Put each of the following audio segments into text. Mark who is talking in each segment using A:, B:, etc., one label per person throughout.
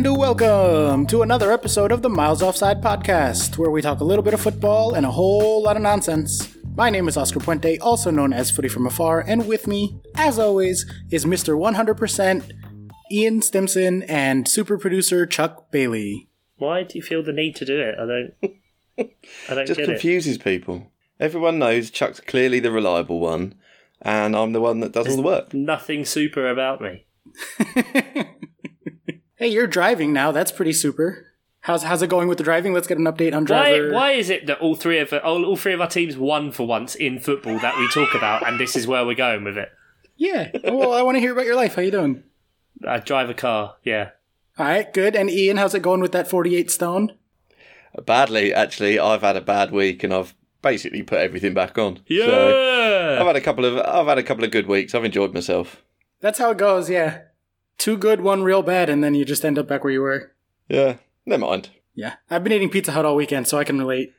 A: Welcome to another episode of the Miles Offside Podcast, where we talk a little bit of football and a whole lot of nonsense. My name is Oscar Puente, also known as Footy from Afar, and with me, as always, is Mr. 100% Ian Stimson and super producer Chuck Bailey.
B: Why do you feel the need to do it? I don't. I don't
C: just
B: get it.
C: confuses people. Everyone knows Chuck's clearly the reliable one, and I'm the one that does all the work.
B: Nothing super about me.
A: Hey, you're driving now. That's pretty super. How's, how's it going with the driving? Let's get an update on
B: Why,
A: driver.
B: why is it that all three of all, all three of our teams won for once in football that we talk about, and this is where we're going with it?
A: Yeah. Well, I want to hear about your life. How you doing?
B: I drive a car. Yeah,
A: All right, good. And Ian, how's it going with that 48 stone?
C: Badly, actually, I've had a bad week, and I've basically put everything back on.
B: yeah.
C: So, I've had a couple of I've had a couple of good weeks. I've enjoyed myself.
A: That's how it goes, yeah. Two good, one real bad, and then you just end up back where you were.
C: Yeah, never mind.
A: Yeah. I've been eating Pizza Hut all weekend, so I can relate.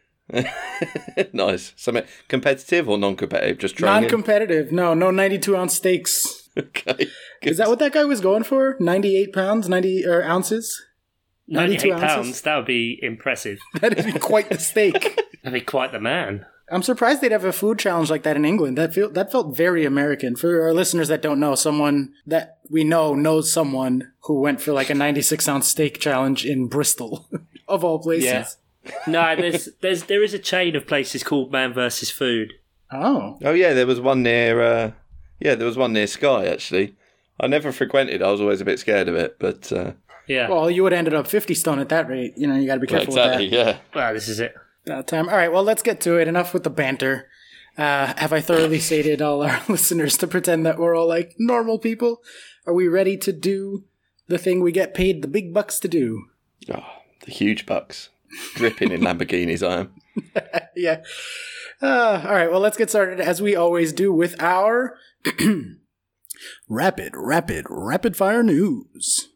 C: nice. Something competitive or non-competitive? Just trying.
A: Non competitive. No, no 92 ounce steaks.
C: okay. Good.
A: Is that what that guy was going for? 98 pounds, 90 or ounces? 92
B: Ninety-eight
A: ounces?
B: pounds. That would be impressive.
A: That'd be quite the steak.
B: That'd be quite the man.
A: I'm surprised they'd have a food challenge like that in England. That feel, that felt very American. For our listeners that don't know, someone that we know knows someone who went for like a 96 ounce steak challenge in Bristol, of all places.
C: Yeah.
B: No, there's there's there is a chain of places called Man versus Food.
A: Oh,
C: Oh yeah, there was one near. Uh, yeah, there was one near Sky actually. I never frequented. I was always a bit scared of it, but uh,
B: Yeah. Well,
A: well, you would have ended up 50 stone at that rate. You know, you got to be careful
C: exactly.
A: with
C: Yeah.
B: this is it.
A: that uh, time. All right, well, let's get to it. Enough with the banter. Uh, have I thoroughly sated all our listeners to pretend that we're all like normal people? Are we ready to do the thing we get paid the big bucks to do?
C: Oh, the huge bucks. Dripping in Lamborghinis, I am.
A: yeah. Uh, all right. Well, let's get started as we always do with our rapid, rapid, rapid fire news.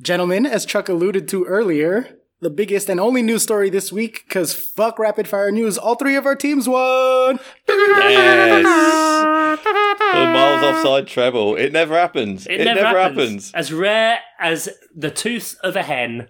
A: Gentlemen, as Chuck alluded to earlier, the biggest and only news story this week, because fuck rapid fire news, all three of our teams won.
C: Yes! The miles offside treble. It never happens.
B: It, never, happens. As rare as the tooth of a hen.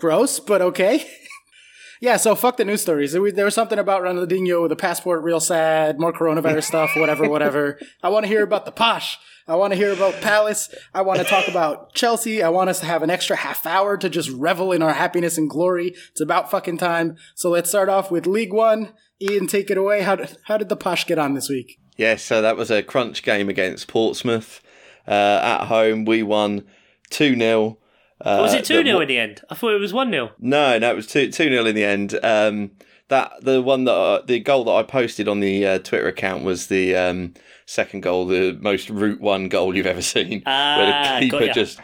A: Gross, but okay. yeah, so fuck the news stories. There was, there was something about Ronaldinho with a passport, real sad, more coronavirus stuff, whatever, whatever. I want to hear about the posh. I want to hear about Palace. I want to talk about Chelsea. I want us to have an extra half hour to just revel in our happiness and glory. It's about fucking time. So let's start off with League One. Ian, take it away. How did, how did the posh get on this week?
C: Yes, so that was a crunch game against Portsmouth. Uh, at home, we won 2 0. Uh,
B: was it 2
C: that-
B: 0 in the end? I thought it was 1 0.
C: No, no, it was two two nil in the end. Um, that the one that I, the goal that I posted on the uh, Twitter account was the um, second goal, the most route one goal you've ever seen,
B: Ah,
C: where the
B: got
C: keeper
B: ya.
C: just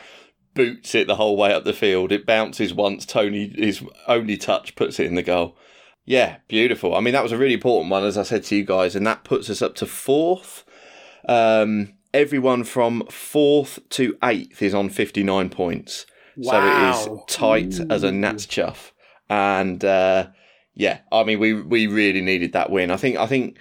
C: boots it the whole way up the field. It bounces once, Tony his only touch puts it in the goal. Yeah, beautiful. I mean, that was a really important one, as I said to you guys, and that puts us up to fourth. Um, everyone from fourth to eighth is on 59 points. So it
A: Wow.
C: is tight as a gnat's chuff. And uh, yeah, I mean, we we really needed that win. I think I think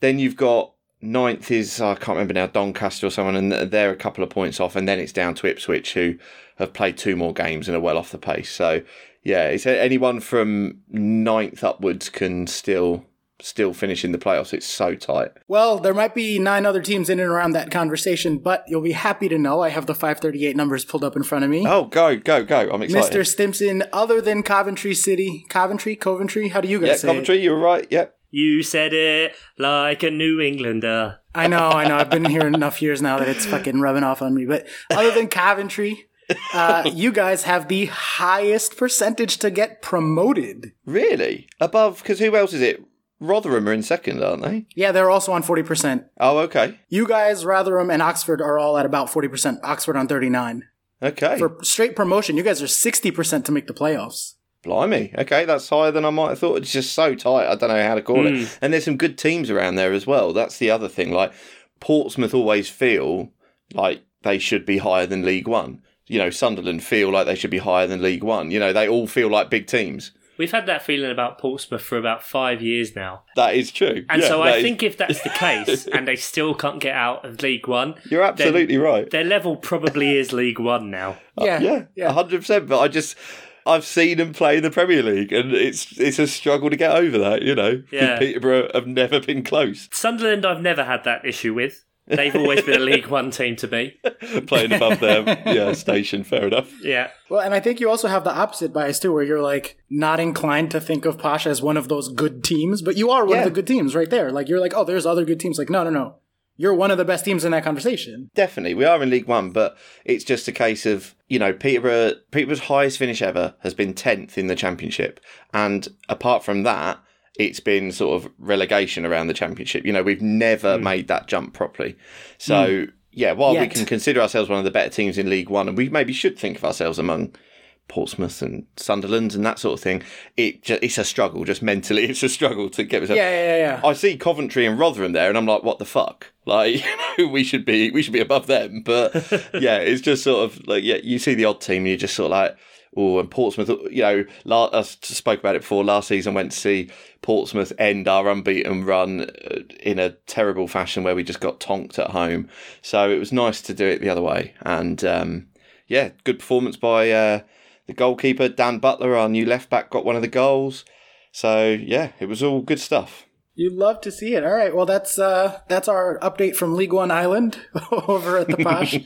C: then you've got ninth is I can't remember now Doncaster or someone, and they're a couple of points off, and then it's down to Ipswich who have played two more games and are well off the pace. So yeah, it's anyone from ninth upwards can still still finish in the playoffs. It's so tight.
A: Well, there might be nine other teams in and around that conversation, but you'll be happy to know I have the 538 numbers pulled up in front of me.
C: Oh, go go go! I'm excited.
A: Mr. Stimson, other than Coventry City, Coventry, Coventry, how do you guys
C: yeah,
A: say?
C: Coventry, you were right. Yep.
B: You said it like a New Englander.
A: It? I know, I know. I've been here enough years now that it's fucking rubbing off on me. But other than Coventry, uh, you guys have the highest percentage to get promoted.
C: Really? Above? Because who else is it? Rotherham are in second, aren't they?
A: Yeah, they're also on forty percent.
C: Oh, okay.
A: You guys, Rotherham and Oxford are all at about forty percent. Oxford on thirty nine
C: Okay.
A: for straight promotion. You guys are sixty percent to make the playoffs.
C: Blimey. Okay, that's higher than I might have thought. It's just so tight. I don't know how to call
B: Hmm.
C: it. And there's some good teams around there as well. That's the other thing. Like, Portsmouth always feel like they should be higher than League One. You know, Sunderland feel like they should be higher than League One. You know, they all feel like big teams.
B: We've had that feeling about Portsmouth for about five years now.
C: That is true.
B: And
C: Yeah,
B: so I
C: that is-
B: think if that's the case and they still can't get out of League One,
C: you're absolutely right.
B: their level probably is League One now.
A: Yeah,
C: yeah,
A: yeah.
C: hundred percent. But I just I've seen them play in the Premier League, and it's it's a struggle to get over that. You know, 'cause
B: Yeah.
C: Peterborough have never been close
B: Sunderland, I've never had that issue with. They've always been a League One team to me.
C: playing above their yeah station. Fair enough.
B: Yeah.
A: Well, and I think you also have the opposite bias too, where you're like not inclined to think of Posh as one of those good teams, but you are one
C: Yeah.
A: of the good teams right there. Like you're like, oh, there's other good teams. Like, no, no, no. You're one of the best teams in that conversation.
C: Definitely, we are in League One, but it's just a case of you know Peterborough. Peterborough's highest finish ever has been tenth in the Championship, and apart from that, it's been sort of relegation around the Championship. You know, we've never made that jump properly. So yeah, while we
A: Yet.
C: can consider ourselves one of the better teams in League One, and we maybe should think of ourselves among Portsmouth and Sunderland and that sort of thing, it ju- it's a struggle. Just mentally, it's a struggle to get myself.
A: Yeah, yeah, yeah. yeah.
C: I see Coventry and Rotherham there, and I'm like, what the fuck? Like, you know, we should be we should be above them. But yeah, it's just sort of like yeah, you see the odd team, and you're just sort of like, oh, and Portsmouth. You know, la I s- spoke about it before last season. Went to see Portsmouth end our unbeaten run uh, in a terrible fashion where we just got tonked at home. So it was nice to do it the other way, and um, yeah, good performance by. Uh, the goalkeeper, Dan Butler, our new left back, got one of the goals. So, yeah, it was all good stuff.
A: You love to see it. All right. Well, that's uh, that's our update from League One Island over at the Posh,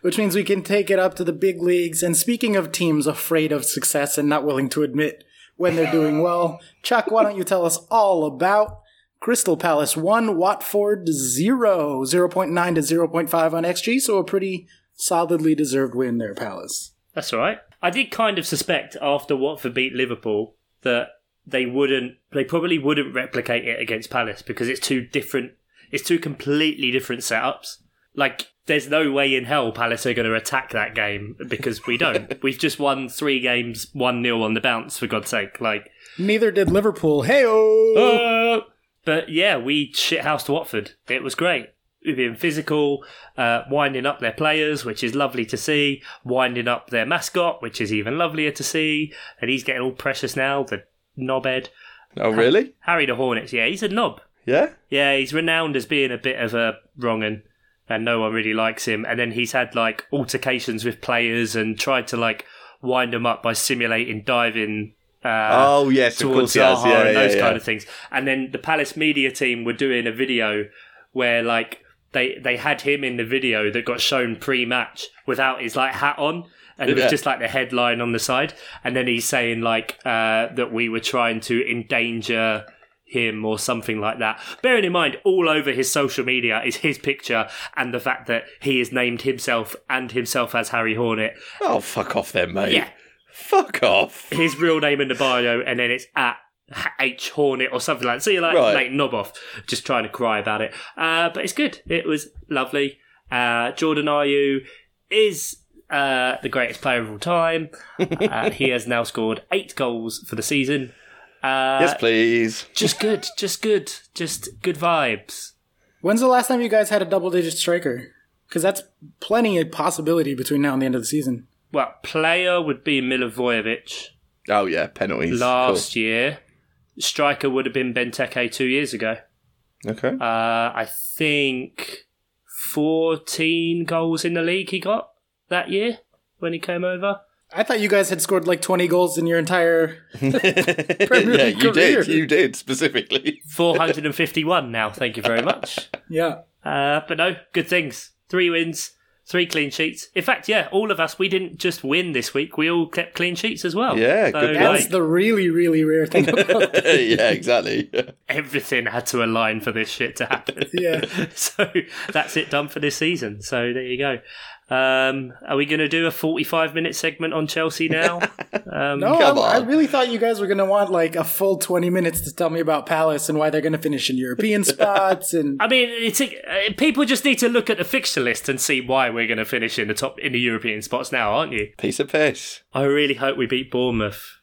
A: which means we can take it up to the big leagues. And speaking of teams afraid of success and not willing to admit when they're doing well, Chuck, why don't you tell us all about Crystal Palace one, Watford zero, 0.9 to zero point five on XG. So a pretty solidly deserved win there, Palace.
B: That's all right. I did kind of suspect after Watford beat Liverpool that they wouldn't, they probably wouldn't replicate it against Palace because it's two different, it's two completely different setups. Like, there's no way in hell Palace are going to attack that game because we don't. We've just won three games, 1 0 on the bounce, for God's sake. Like,
A: Neither did Liverpool.
B: Oh,
A: Hey-o!
B: Uh, But yeah, we shithoused Watford. It was great. We've been physical, uh, winding up their players, which is lovely to see. Winding up their mascot, which is even lovelier to see. And he's getting all precious now, the knobhead.
C: Oh, really?
B: Harry the Hornets, yeah, he's a knob.
C: Yeah.
B: Yeah, he's renowned as being a bit of a wrong un, and no one really likes him. And then he's had like altercations with players and tried to like wind them up by simulating diving. Uh,
C: oh, yes, of
B: towards
C: course he
B: Zaha
C: has. Yeah,
B: and
C: yeah,
B: those
C: yeah.
B: kind of things. And then the Palace media team were doing a video where like they they had him in the video that got shown pre-match without his like hat on. And it was
C: Yeah.
B: just like the headline on the side, and then he's saying like uh, that we were trying to endanger him or something like that. Bearing in mind, all over his social media is his picture and the fact that he has named himself and himself as Harry Hornet.
C: Oh, fuck off then, mate.
B: Yeah. Uh,
C: Fuck off.
B: his real name in the bio, and then it's at H Hornet or something like. that. So you're like,
C: Right.
B: mate, knob off, just trying to cry about it. Uh, but it's good. It was lovely. Uh, Jordan Ayew is uh, the greatest player of all time. Uh, he has now scored eight goals for the season. Uh,
C: yes, please.
B: Just good, just good, just good vibes.
A: When's the last time you guys had a double digit striker? Because that's plenty of possibility between now and the end of the season.
B: Well, player would be Milivojevic
C: Oh, yeah, penalties.
B: last year. Striker would have been Benteke two years ago.
C: Cool. Okay.
B: Uh, I think 14 goals in the league he got that year when he came over.
A: I thought you guys had scored like 20 goals in your entire.
C: yeah, you
A: career.
C: did. You did, specifically.
B: 451 now, thank you very much.
A: Yeah.
B: Uh, but no, good things. Three wins, three clean sheets. In fact, yeah, all of us, we didn't just win this week, we all kept clean sheets as well.
C: Yeah,
B: so,
C: good
A: That's
B: like,
A: the really, really rare thing. About
C: yeah, exactly.
B: Everything had to align for this shit to happen.
A: yeah.
B: so that's it done for this season. So there you go. Um, are we going to do a 45 minute segment on Chelsea now? Um,
A: No,
C: Come
A: I, I
C: on.
A: really thought you guys were going to want like a full 20 minutes to tell me about Palace and why they're going to finish in European spots. And
B: I mean, it's uh, people just need to look at the fixture list and see why we're going to finish in the top in the European spots now, aren't you?
C: Piece of piss.
B: I really hope we beat Bournemouth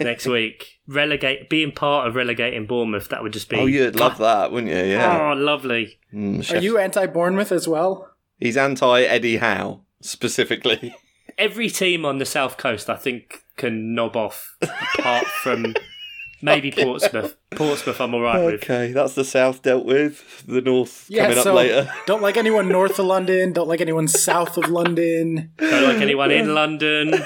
B: next week. Relegate, being part of relegating Bournemouth, that would just be
C: Oh, you'd love that, wouldn't you? Yeah.
B: oh lovely.
C: Mm,
A: are
C: chef.
A: you anti Bournemouth as well?
C: He's anti Eddie Howe, specifically.
B: every team on the south coast, I think, can knob off, apart from maybe Portsmouth. Portsmouth, I'm all right with.
C: Okay, that's the south dealt with. The north
A: Yeah,
C: coming
A: so
C: up later.
A: don't like anyone north of London. Don't like anyone south of London.
B: Don't like anyone in London.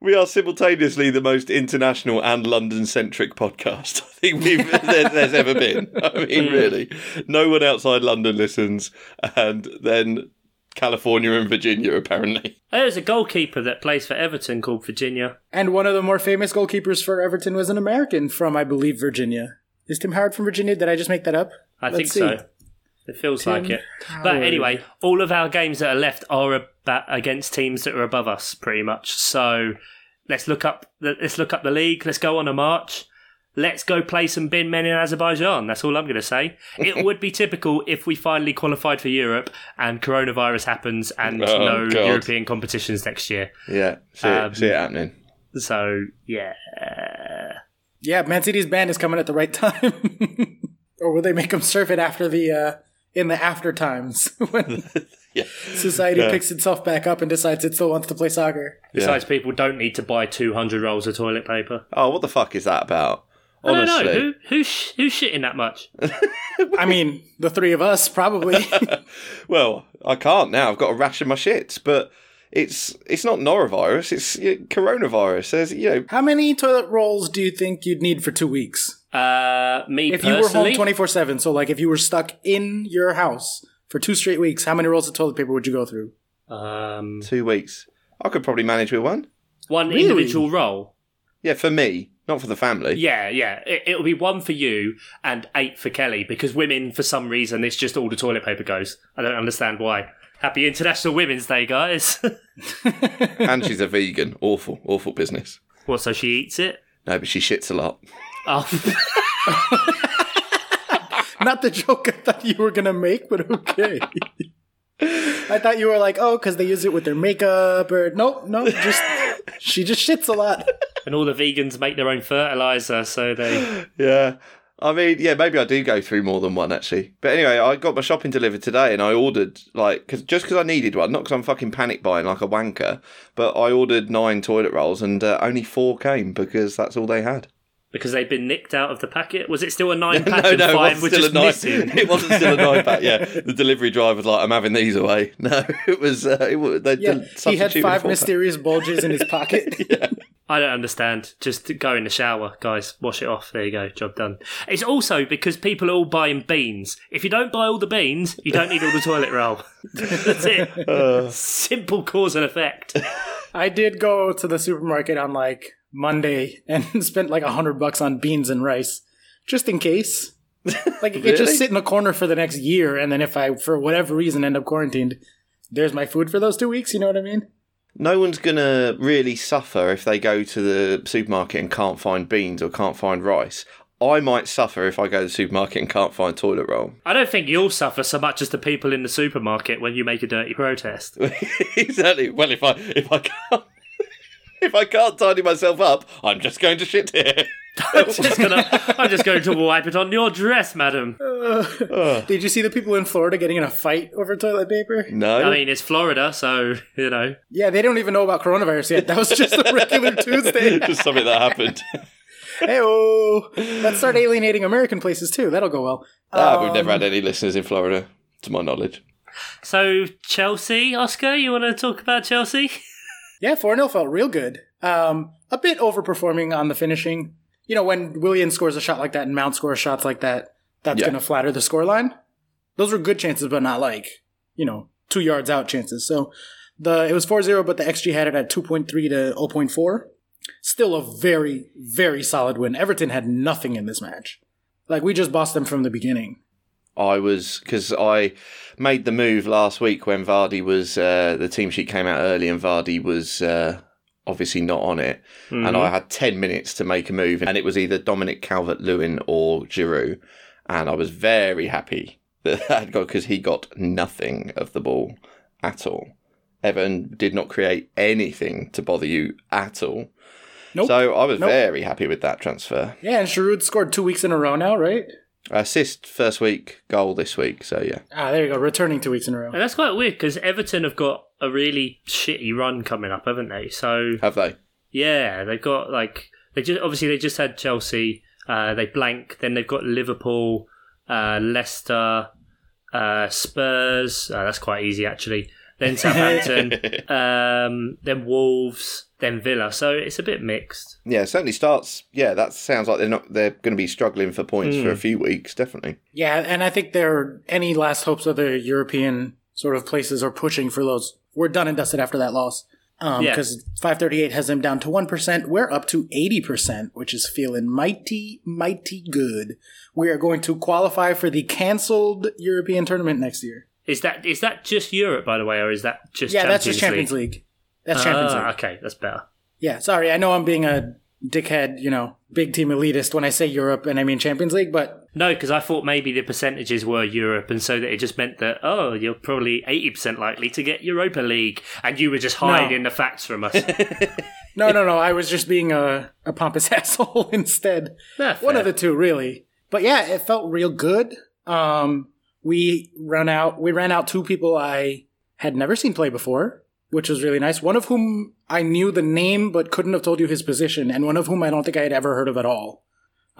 C: We are simultaneously the most international and London-centric podcast I think we've, there, there's ever been. I mean, really, no one outside London listens, and then California and Virginia apparently.
B: There's a goalkeeper that plays for Everton called Virginia.
A: And one of the more famous goalkeepers for Everton was an American from, I believe, Virginia. Is Tim Howard from Virginia? Did I just make that up?
B: I
A: Let's
B: think
A: see.
B: so. It feels like it. But
A: Howard.
B: anyway, all of our games that are left are about against teams that are above us, pretty much. So let's look up. The, let's look up the league. Let's go on a march. Let's go play some bin men in Azerbaijan. That's all I'm going to say. It would be typical if we finally qualified for Europe and coronavirus happens and
C: Oh,
B: no
C: God.
B: European competitions next year.
C: Yeah, see,
B: Um,
C: it, see it happening.
B: So yeah,
A: Yeah, Man City's ban is coming at the right time. or will they make them serve it after the uh, in the after times when
C: Yeah,
A: society
C: Yeah.
A: picks itself back up and decides it still wants to play soccer?
B: besides people don't need to buy 200 rolls of toilet paper.
C: Oh, what the fuck is that about?
B: I
C: Honestly,
B: don't know who who's sh- who's shitting that much.
A: I mean, the three of us probably.
C: well, I can't now. I've got to ration my shits, but it's it's not norovirus. It's you know, coronavirus. There's you know.
A: How many toilet rolls do you think you'd need for two weeks?
B: Uh, me
A: If you were
B: personally,
A: home 24 7, so like if you were stuck in your house for two straight weeks, how many rolls of toilet paper would you go through?
B: um,
C: Two weeks. I could probably manage with one.
B: one
A: Really?
B: individual roll.
C: Yeah, for me, not for the family.
B: Yeah, yeah. It, it'll be one for you and eight for Kelly because women, for some reason, it's just all the toilet paper goes. I don't understand why. Happy International Women's Day, guys.
C: and she's a vegan. Awful, awful business.
B: what? So she eats it?
C: No, but she shits a lot.
B: Oh,
A: Not the joke I thought you were going to make, but okay. I thought you were like, oh, because they use it with their makeup or nope, no, just she just shits a lot.
B: and all the vegans make their own fertilizer, so they.
C: Yeah. I mean, yeah, maybe I do go through more than one actually. But anyway, I got my shopping delivered today and I ordered, like, cause, just because I needed one, not because I'm fucking panic buying like a wanker, but I ordered nine toilet rolls and uh, only four came because that's all they had.
B: Because they've been nicked out of the packet. Was it still a nine pack
C: no,
B: and
C: no, it
B: five
C: wasn't,
B: were
C: still a
B: just
C: nine,
B: missing?
C: it wasn't still a nine pack. Yeah, the delivery driver's like, I'm having these away. No, it was, uh, it was they
A: Yeah, he had
C: substituted
A: five
C: four pack.
A: mysterious bulges in his pocket.
B: I don't understand. Just go in the shower, guys. Wash it off. There you go. Job done. It's also because people are all buying beans. If you don't buy all the beans, you don't need all the toilet roll. That's it. Simple cause and effect.
A: I did go to the supermarket on like Monday and spent like a hundred bucks on beans and rice, just in case. Like it could
C: Really?
A: just sit in the corner for the next year, and then if I, for whatever reason, end up quarantined, there's my food for those two weeks. You know what I mean?
C: no one's going to really suffer if they go to the supermarket and can't find beans or can't find rice. I might suffer if I go to the supermarket and can't find toilet roll.
B: I don't think you'll suffer so much as the people in the supermarket when you make a dirty protest.
C: exactly. Well, if I if I can't if I can't tidy myself up, I'm just going to shit here.
B: I'm just gonna, I'm just going to wipe it on your dress, madam.
A: Did you see the people in Florida getting in a fight over toilet paper?
C: No,
B: I mean, it's Florida, so you know.
A: Yeah, they don't even know about coronavirus yet. That was just a regular Tuesday.
C: just something that happened.
A: Hey, let's start alienating American places too. That'll go well.
C: Ah, we've never had any listeners in Florida, to my knowledge.
B: So Chelsea, Oscar, you want to talk about Chelsea?
A: Yeah, 4 0 felt real good. Um, a bit overperforming on the finishing. You know, when Williams scores a shot like that and Mount scores shots like that, that's
C: Yeah.
A: going to flatter the scoreline. Those were good chances, but not like, you know, two yards out chances. So the it was 4 0, but the XG had it at 2.3 to 0.4. Still a very, very solid win. Everton had nothing in this match. Like, we just bossed them from the beginning.
C: I was because I made the move last week when Vardy was uh, the team sheet came out early and Vardy was uh, obviously not on it,
A: Mm-hmm.
C: and I had ten minutes to make a move, and it was either Dominic Calvert Lewin or Giroud, and I was very happy that I had got because he got nothing of the ball at all. Everton did not create anything to bother you at all.
A: Nope.
C: So I was
A: Nope.
C: very happy with that transfer.
A: Yeah, and Giroud scored two weeks in a row now, right?
C: Assist first week, goal this week. So yeah,
A: Ah, there you go. Returning two weeks in a row.
B: And that's quite weird because Everton have got a really shitty run coming up, haven't they? So
C: have they?
B: yeah, they've got like they just obviously they just had Chelsea. Uh, they blank. Then they've got Liverpool, uh, Leicester, uh, Spurs. Uh, that's quite easy actually. Then Southampton. um, then Wolves. Then Villa. So it's a bit mixed.
C: Yeah, it certainly starts. Yeah, that sounds like they're not. They're going to be struggling for points for a
A: Hmm.
C: few weeks, definitely.
A: Yeah, and I think there any last hopes of the European sort of places are pushing for those. We're done and dusted after that loss. Um,
B: Yeah.
A: because 538 has them down to 1%. We're up to 80%, which is feeling mighty, mighty good. We are going to qualify for the canceled European tournament next year.
B: Is that is that just Europe by the way, or is that just
A: yeah,
B: Champions
A: that's just Champions Uh. League. That's Champions
B: Ah,
A: League.
B: Okay, that's better.
A: Yeah, sorry. I know I'm being a dickhead, you know, big team elitist when I say Europe and I mean Champions League, but
B: No, because I thought maybe the percentages were Europe, and so that it just meant that oh, you're probably eighty percent likely to get Europa League, and you were just hiding the facts from us.
A: no, no, no. I was just being a, a pompous asshole instead.
B: Nah,
A: One
B: fair.
A: of the two, really. But yeah, it felt real good. Um, we run out. We ran out two people I had never seen play before, which was really nice. One of whom I knew the name but couldn't have told you his position, and one of whom I don't think I had ever heard of at all.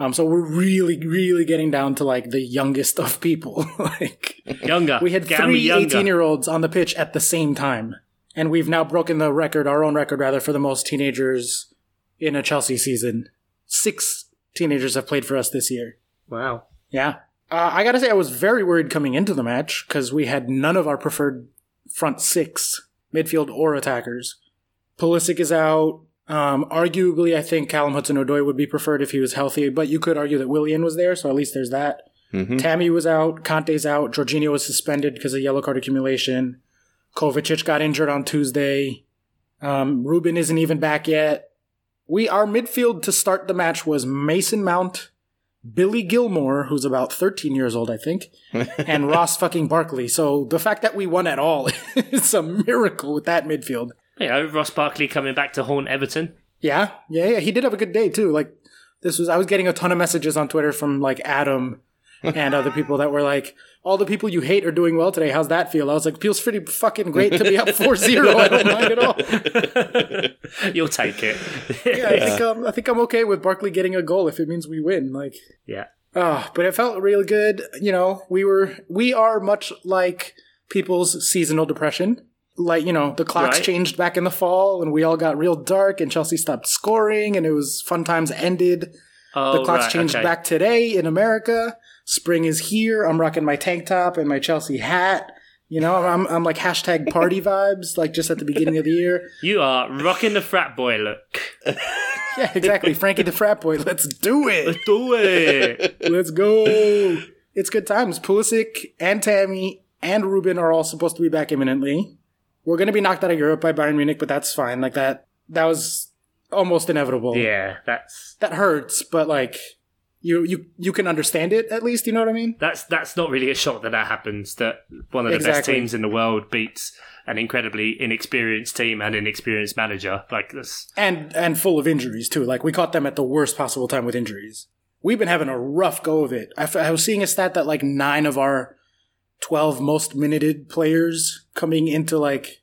A: Um, so we're really, really getting down to like the youngest of people. like
B: younger.
A: we had
B: Get 'em
A: three
B: younger.
A: 18 year olds on the pitch at the same time. And we've now broken the record, our own record rather, for the most teenagers in a Chelsea season. Six teenagers have played for us this year.
B: Wow.
A: Yeah. Uh, I gotta say, I was very worried coming into the match because we had none of our preferred front six, midfield or attackers. Pulisic is out. Um, arguably, I think Callum Hudson-Odoi would be preferred if he was healthy, but you could argue that Willian was there, so at least there's that.
C: Mhm.
A: Tammy was out. Conte's out. Jorginho was suspended because of yellow card accumulation. Kovacic got injured on Tuesday. Um, Ruben isn't even back yet. We our midfield to start the match was Mason Mount, Billy Gilmore, who's about 13 years old, I think, and Ross fucking Barkley. So the fact that we won at all is a miracle with that midfield.
B: You know, Ross Barkley coming back to haunt Everton.
A: Yeah, yeah, yeah. He did have a good day too. Like this was, I was getting a ton of messages on Twitter from like Adam and other people that were like, all the people you hate are doing well today. How's that feel? I was like, feels pretty fucking great to be up 4-0. I don't mind at all.
B: You'll take it.
A: Yeah, I think, um, I think I'm okay with Barkley getting a goal if it means we win. Like,
B: yeah.
A: ah, but it felt really good. You know, we were, we are much like people's seasonal depression. Like, you know, the clocks
B: Right.
A: changed back in the fall and we all got real dark and Chelsea stopped scoring and it was fun times ended.
B: Oh,
A: The clock's
B: right,
A: changed
B: okay.
A: back today in America. Spring is here. I'm rocking my tank top and my Chelsea hat. You know, I'm, I'm like hashtag party vibes, like just at the beginning of the year.
B: You are rocking the frat boy look.
A: Yeah, exactly. Frankie the frat boy. Let's do it.
B: Do it.
A: Let's go. It's good times. Pulisic and Tammy and Ruben are all supposed to be back imminently. We're going to be knocked out of Europe by Bayern Munich, but that's fine. Like that, that was almost inevitable.
B: yeah, that's
A: That hurts, but like you, you, you can understand it at least. You know what I mean?
B: that's that's not really a shock that that happens. That one of the best
A: Exactly.
B: teams in the world beats an incredibly inexperienced team and inexperienced manager. Like this,
A: and and full of injuries too. Like we caught them at the worst possible time with injuries. We've been having a rough go of it. I, f- I was seeing a stat that like nine of our twelve most minuted players coming into like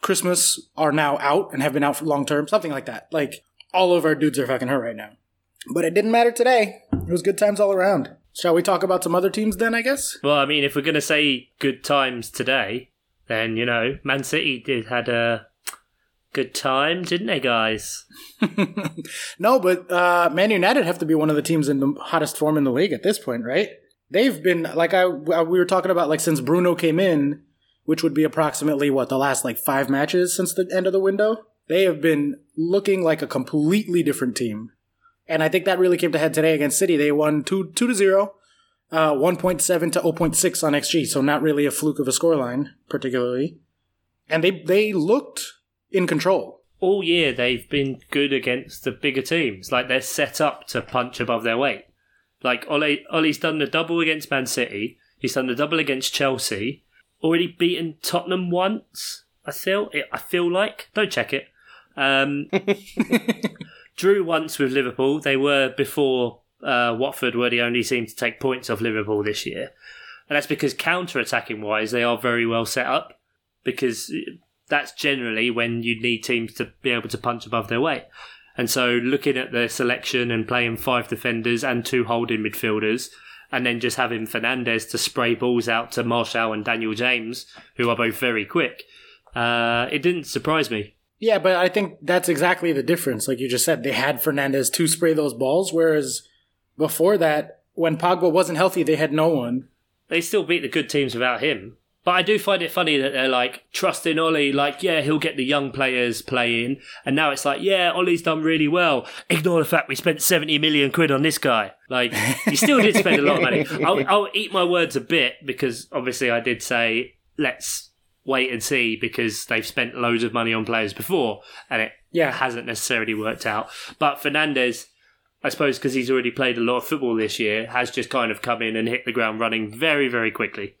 A: Christmas are now out and have been out for long term, something like that. Like all of our dudes are fucking hurt right now. But it didn't matter today. It was good times all around. Shall we talk about some other teams then? I guess.
B: well, I mean, if we're gonna say good times today, then you know, Man City did had a good time, didn't they, guys?
A: No, but uh, Man United have to be one of the teams in the hottest form in the league at this point, right? They've been like I uh, we were talking about like since Bruno came in, which would be approximately what the last like five matches since the end of the window. They have been looking like a completely different team, and I think that really came to head today against City. They won two two to zero, uh, one point seven to zero point six on xG, so not really a fluke of a scoreline particularly, and they they looked in control.
B: All year they've been good against the bigger teams. Like they're set up to punch above their weight. Like Ole, Ole's done the double against Man City. He's done the double against Chelsea. Already beaten Tottenham once. I feel. I feel like. Don't check it. Um, drew once with Liverpool. They were before uh, Watford were the only team to take points off Liverpool this year. And that's because counter attacking wise, they are very well set up because that's generally when you need teams to be able to punch above their weight. And so looking at their selection and playing five defenders and two holding midfielders, and then just having Fernandez to spray balls out to Marshall and Daniel James, who are both very quick, uh, it didn't surprise me.
A: Yeah, but I think that's exactly the difference. Like you just said, they had Fernandez to spray those balls, whereas before that, when Pogba wasn't healthy, they had no one.
B: They still beat the good teams without him. But I do find it funny that they're like trusting Ollie, like, yeah, he'll get the young players playing. And now it's like, yeah, Ollie's done really well. Ignore the fact we spent 70 million quid on this guy. Like, you still did spend a lot of money. I'll, I'll eat my words a bit because obviously I did say, let's wait and see because they've spent loads of money on players before and it
A: Yeah.
B: hasn't necessarily worked out. But Fernandez, I suppose, because he's already played a lot of football this year, has just kind of come in and hit the ground running very, very quickly.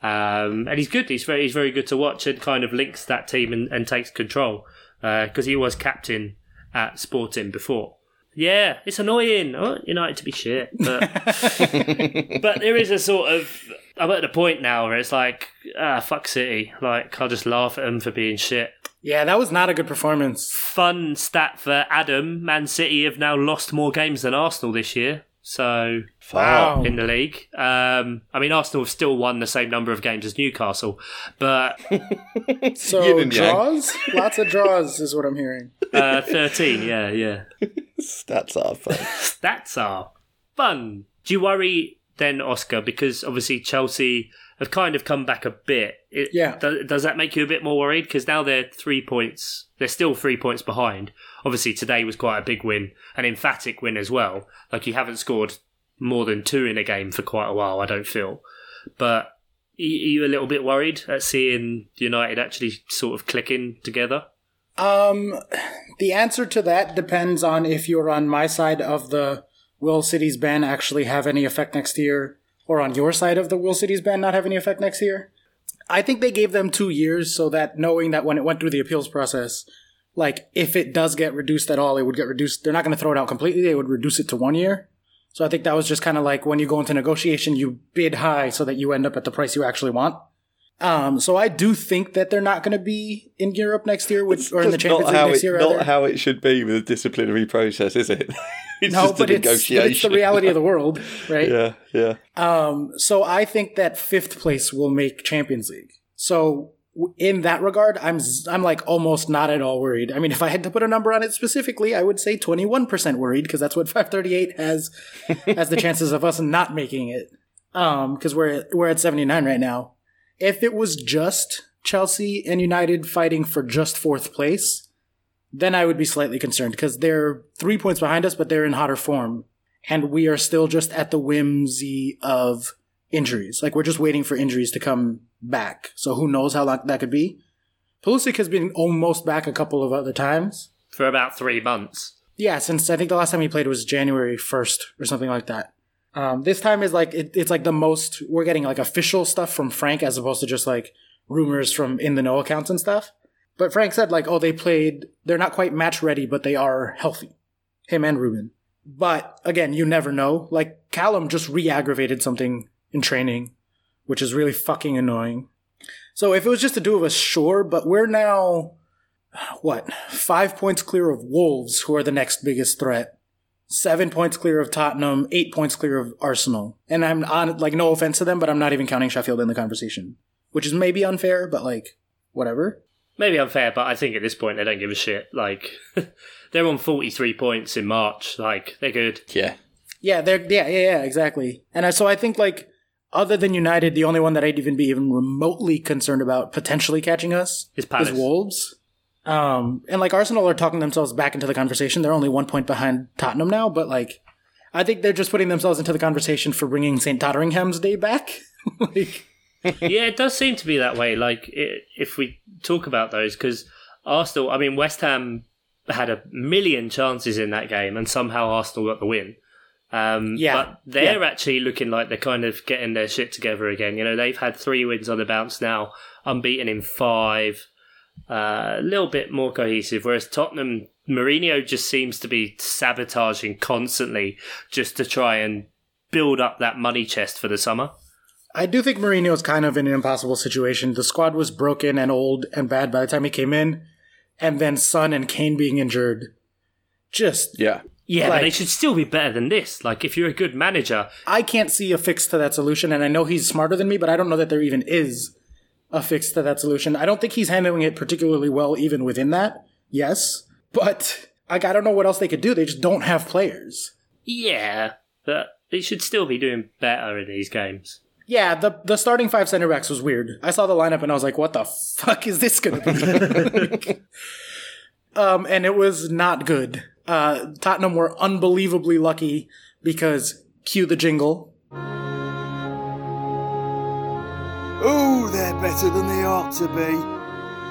B: Um, and he's good. He's very, he's very good to watch and kind of links that team and, and takes control because he was captain at Sporting before. Yeah, it's annoying. I want United to be shit, but but there is a sort of I'm at the point now where it's like ah fuck City, like I'll just laugh at them for being shit.
A: Yeah, that was not a good performance.
B: Fun stat for Adam: Man City have now lost more games than Arsenal this year. So
A: Wow.
B: in the league, um, I mean Arsenal have still won the same number of games as Newcastle, but
A: So
C: Yin and yang.
A: draws, lots of draws is what I'm hearing.
B: uh, 13, yeah, yeah.
C: That's our fun.
B: Stats are fun. Do you worry then, Oscar, because obviously Chelsea have kind of come back a bit? It,
A: Yeah.
B: do- does that make you a bit more worried? Because now they're three points. They're still three points behind. Obviously, today was quite a big win, an emphatic win as well. Like you haven't scored more than two in a game for quite a while. I don't feel, but. y- Are you a little bit worried at seeing United actually sort of clicking together?
A: Um, the answer to that depends on if you're on my side of the will cities ban actually have any effect next year, or on your side of the will cities ban not have any effect next year. I think they gave them two years so that knowing that when it went through the appeals process, like if it does get reduced at all, it would get reduced. They're not going to throw it out completely. They would reduce it to one year. So I think that was just kind of like when you go into negotiation, you bid high so that you end up at the price you actually want. Um, so I do think that they're not going to be in Europe next year, which, or in the
C: That's
A: Champions
C: not
A: League
C: how
A: next
C: it,
A: year. rather.
C: Not how it should be with a disciplinary process, is it? it's
A: no, but it's, but it's the reality of the world, right?
C: Yeah, yeah.
A: Um, so I think that fifth place will make Champions League. So w- in that regard, I'm z- I'm like almost not at all worried. I mean, if I had to put a number on it specifically, I would say 21% worried because that's what 538 has as the chances of us not making it. Um, because we're we're at 79 right now. If it was just Chelsea and United fighting for just fourth place, then I would be slightly concerned because they're three points behind us, but they're in hotter form and we are still just at the whimsy of injuries. Like we're just waiting for injuries to come back. So who knows how long that could be? Pulisic has been almost back a couple of other times.
B: For about three months.
A: Yeah, since I think the last time he played was January first or something like that. Um, this time is like it, it's like the most we're getting like official stuff from Frank as opposed to just like rumors from in the know accounts and stuff. But Frank said like, oh, they played. They're not quite match ready, but they are healthy. Him and Ruben. But again, you never know. Like Callum just re-aggravated something in training, which is really fucking annoying. So if it was just the two of us, sure. But we're now what five points clear of Wolves, who are the next biggest threat. Seven points clear of Tottenham, eight points clear of Arsenal. And I'm on like no offense to them, but I'm not even counting Sheffield in the conversation, which is maybe unfair, but like whatever.
B: Maybe unfair, but I think at this point they don't give a shit. Like they're on forty three points in March. Like they're good.
C: Yeah.
A: Yeah, they're yeah, yeah, yeah, exactly. And I, so I think like other than United, the only one that I'd even be even remotely concerned about potentially catching us
B: Is Palace.
A: is Wolves. Um, and like Arsenal are talking themselves back into the conversation. They're only one point behind Tottenham now, but like I think they're just putting themselves into the conversation for bringing St. Totteringham's Day back. like,
B: yeah, it does seem to be that way. Like i if we talk about those, because Arsenal, I mean West Ham had a million chances in that game, and somehow Arsenal got the win. Um,
A: Yeah.
B: but they're actually looking like they're kind of getting their shit together again. You know, they've had three wins on the bounce now, unbeaten in five. Uh, a little bit more cohesive, whereas Tottenham Mourinho just seems to be sabotaging constantly just to try and build up that money chest for the summer.
A: I do think Mourinho is kind of in an impossible situation. The squad was broken and old and bad by the time he came in, and then Son and Kane being injured. Just
C: Yeah.
B: Yeah, but
A: Like-
B: they should still be better than this. Like, if you're a good manager,
A: I can't see a fix to that solution, and I know he's smarter than me, but I don't know that there even is a fix to that solution. I don't think he's handling it particularly well, even within that. Yes, but like I don't know what else they could do. They just don't have players.
B: yeah, but they should still be doing better in these games.
A: Yeah, the the starting five center backs was weird. I saw the lineup and I was like, "What the fuck is this going to be?" um, and it was not good. Uh, Tottenham were unbelievably lucky because cue the jingle.
D: Oh, they're better than they ought to be.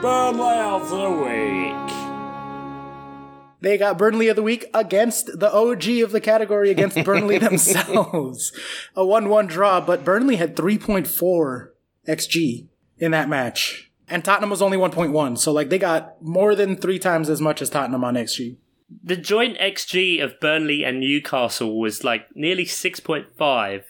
B: Burnley of the week.
A: They got Burnley of the week against the OG of the category against Burnley themselves. A one-one draw, but Burnley had three point four xg in that match, and Tottenham was only one point one. So like they got more than three times as much as Tottenham on xg.
B: The joint XG of Burnley and Newcastle was like nearly 6.5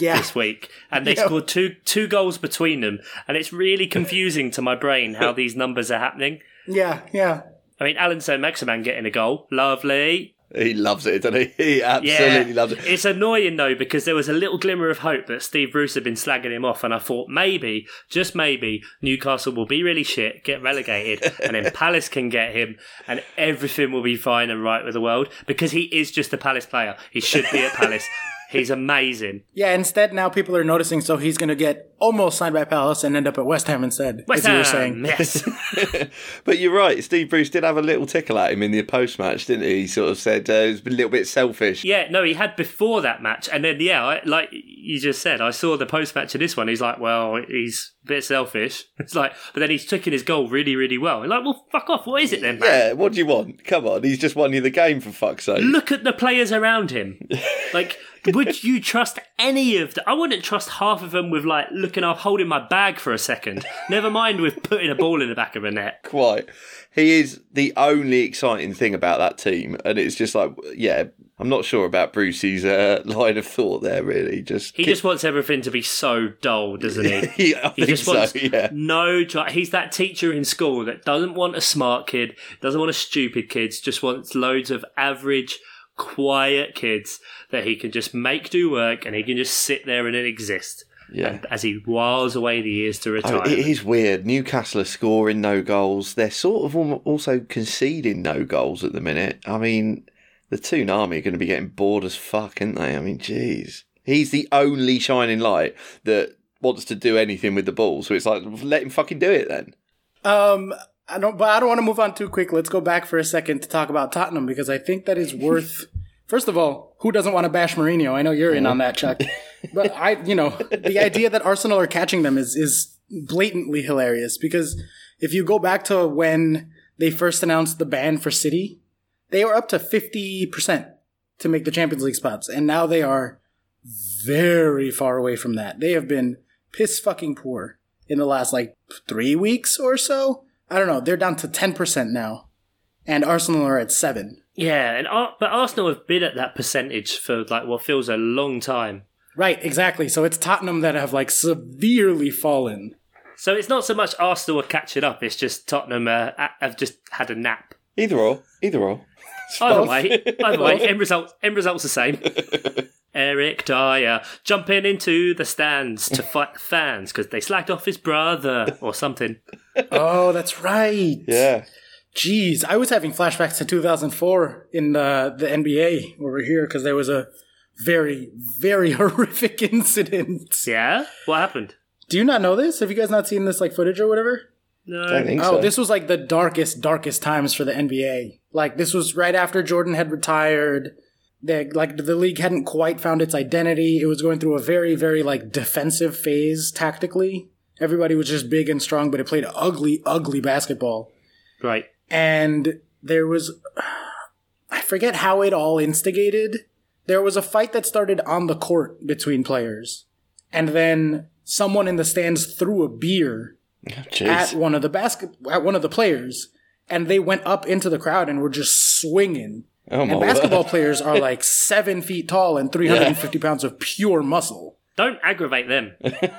A: yeah.
B: this week, and they
A: Yeah.
B: scored two two goals between them. And it's really confusing to my brain how these numbers are happening.
A: Yeah, yeah.
B: I mean, Alonso Maximan getting a goal, lovely.
C: He loves it, doesn't he? He
B: Yeah,
C: absolutely loves it.
B: It's annoying though because there was a little glimmer of hope that Steve Bruce had been slagging him off, and I thought maybe, just maybe, Newcastle will be really shit, get relegated, and then Palace can get him, and everything will be fine and right with the world because he is just a Palace player. He should be at Palace. He's amazing.
A: Yeah, instead now people are noticing, so he's going to get almost signed by Palace and end up at West Ham instead,
B: West
A: as you were saying.
B: Ham, yes.
C: But you're right. Steve Bruce did have a little tickle at him in the post match, didn't he? He sort of said uh, it was a little bit selfish.
B: Yeah, no, he had before that match, and then yeah, I, like you just said, I saw the post match of this one. He's like, well, he's a bit selfish. It's like, but then he's taking his goal really, really well. And like, well, fuck off. What is it then, man?
C: Yeah, what do you want? Come on, he's just won you the game for fuck's sake.
B: Look at the players around him. Like, would you trust any of the? I wouldn't trust half of them with like looking up, holding my bag for a second. Never mind with putting a ball in the back of a net.
C: Quite. He is the only exciting thing about that team, and it's just like, yeah, I'm not sure about Brucey's uh, line of thought there. Really, just
B: He just wants everything to be so dull, doesn't he?
C: yeah, I
B: He
C: think
B: just
C: so,
B: wants
C: yeah.
B: no. Dry, he's that teacher in school that doesn't want a smart kid, doesn't want a stupid kids, just wants loads of average, quiet kids that he can just make do work and he can just sit there and then exist.
C: Yeah.
B: And as he whiles away the years to
C: Oh,
B: retire.
C: it is weird. Newcastle are scoring no goals. They're sort of al- also conceding no goals at the minute. I mean, the Toon Army are going to be getting bored as fuck, aren't they? I mean, jeez. He's the only shining light that wants to do anything with the ball. So it's like, let him fucking do it then.
A: Um, I don't, but I don't want to move on too quick. Let's go back for a second to talk about Tottenham because I think that is worth. First of all, who doesn't want to bash Mourinho? I know you're in on that, Chuck. But I, you know, the idea that Arsenal are catching them is is blatantly hilarious because if you go back to when they first announced the ban for City, they were up to 50% to make the Champions League spots, and now they are very far away from that. They have been piss fucking poor in the last like three weeks or so. I don't know. They're down to 10% now, and Arsenal are at seven.
B: yeah, and Ar- but Arsenal have been at that percentage for like what feels a long time.
A: Right, exactly. So it's Tottenham that have like severely fallen.
B: So it's not so much Arsenal are catching up; it's just Tottenham uh, a- have just had a nap.
C: Either or. Either or.
B: Either way, either way, end results end results the same. Eric Dyer jumping into the stands to fight the fans because they slagged off his brother or something.
A: oh, that's right.
C: Yeah.
A: Jeez, I was having flashbacks to 2004 in the the NBA over here because there was a very very horrific incident.
B: Yeah, what happened?
A: Do you not know this? Have you guys not seen this like footage or whatever?
C: I
B: No,
C: think
A: Oh,
C: so.
A: this was like the darkest, darkest times for the NBA. Like this was right after Jordan had retired. They, like the league hadn't quite found its identity. It was going through a very, very like defensive phase tactically. Everybody was just big and strong, but it played ugly, ugly basketball.
B: right.
A: And there was, I forget how it all instigated. There was a fight that started on the court between players, and then someone in the stands threw a beer
C: Jeez.
A: at one of the basket at one of the players, and they went up into the crowd and were just swinging.
C: Oh my
A: and basketball
C: word.
A: players are like seven feet tall and 350 pounds of pure muscle.
B: Don't aggravate them.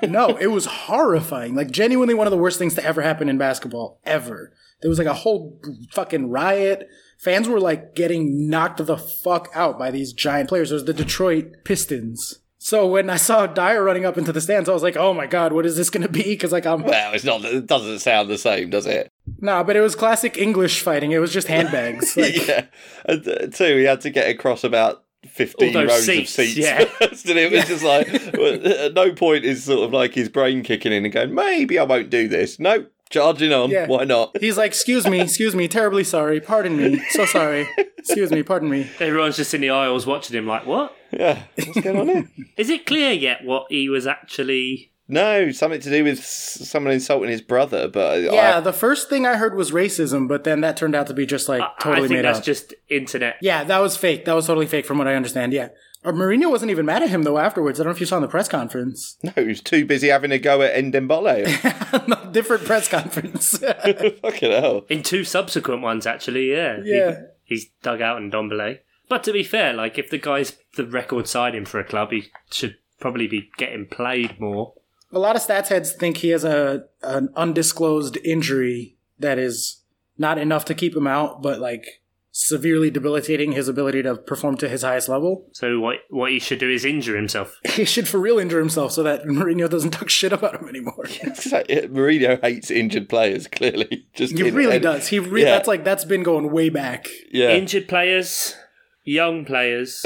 A: No, it was horrifying. Like genuinely one of the worst things to ever happen in basketball ever. There was like a whole fucking riot. Fans were like getting knocked the fuck out by these giant players. It was the Detroit Pistons. So when I saw Dyer running up into the stands, I was like, "Oh my god, what is this going to be?" Because like I'm
C: Well, it's not. It doesn't sound the same, does it?
A: nah, but it was classic English fighting. It was just handbags. Like,
C: yeah. And, uh, two, he had to get across about 15
B: All those
C: rows
B: seats,
C: of seats
B: yeah.
C: first. And it was just like, well, uh, at no point is sort of like his brain kicking in and going, maybe I won't do this. Nope, charging on.
A: Yeah.
C: Why not?
A: He's like, "Excuse me, excuse me, terribly sorry, pardon me, so sorry, excuse me, pardon me."
B: Everyone's just in the aisles watching him, like, what?
C: Yeah. What's going on here?
B: Is it clear yet what he was actually.
C: No, something to do with s- someone insulting his brother, but I-
A: Yeah, Uh, the first thing I heard was racism, but then that turned out to be just like
B: I
A: totally
B: think
A: made
B: that's
A: up.
B: just internet.
A: yeah, that was fake. That was totally fake, from what I understand. Yeah, or Mourinho wasn't even mad at him though. Afterwards, I don't know if you saw in the press conference,
C: no, he was too busy having a go at Ndembele.
A: No, different press conference.
C: Fucking hell.
B: In two subsequent ones, actually, yeah. He-
A: Yeah.
B: he's dug out and Dombele. But to be fair, like, if the guy's the record signing for a club, he should probably be getting played more.
A: a lot of stats heads think he has a an undisclosed injury that is not enough to keep him out, but like severely debilitating his ability to perform to his highest level.
B: So what what he should do is injure himself.
A: He should for real injure himself so that Mourinho doesn't talk shit about him anymore.
C: It's like, uh, Mourinho hates injured players, clearly. Just
A: He
C: in-
A: really
C: and-
A: does. He re-
C: yeah.
A: that's like that's been going way back.
C: Yeah.
B: Injured players, young players,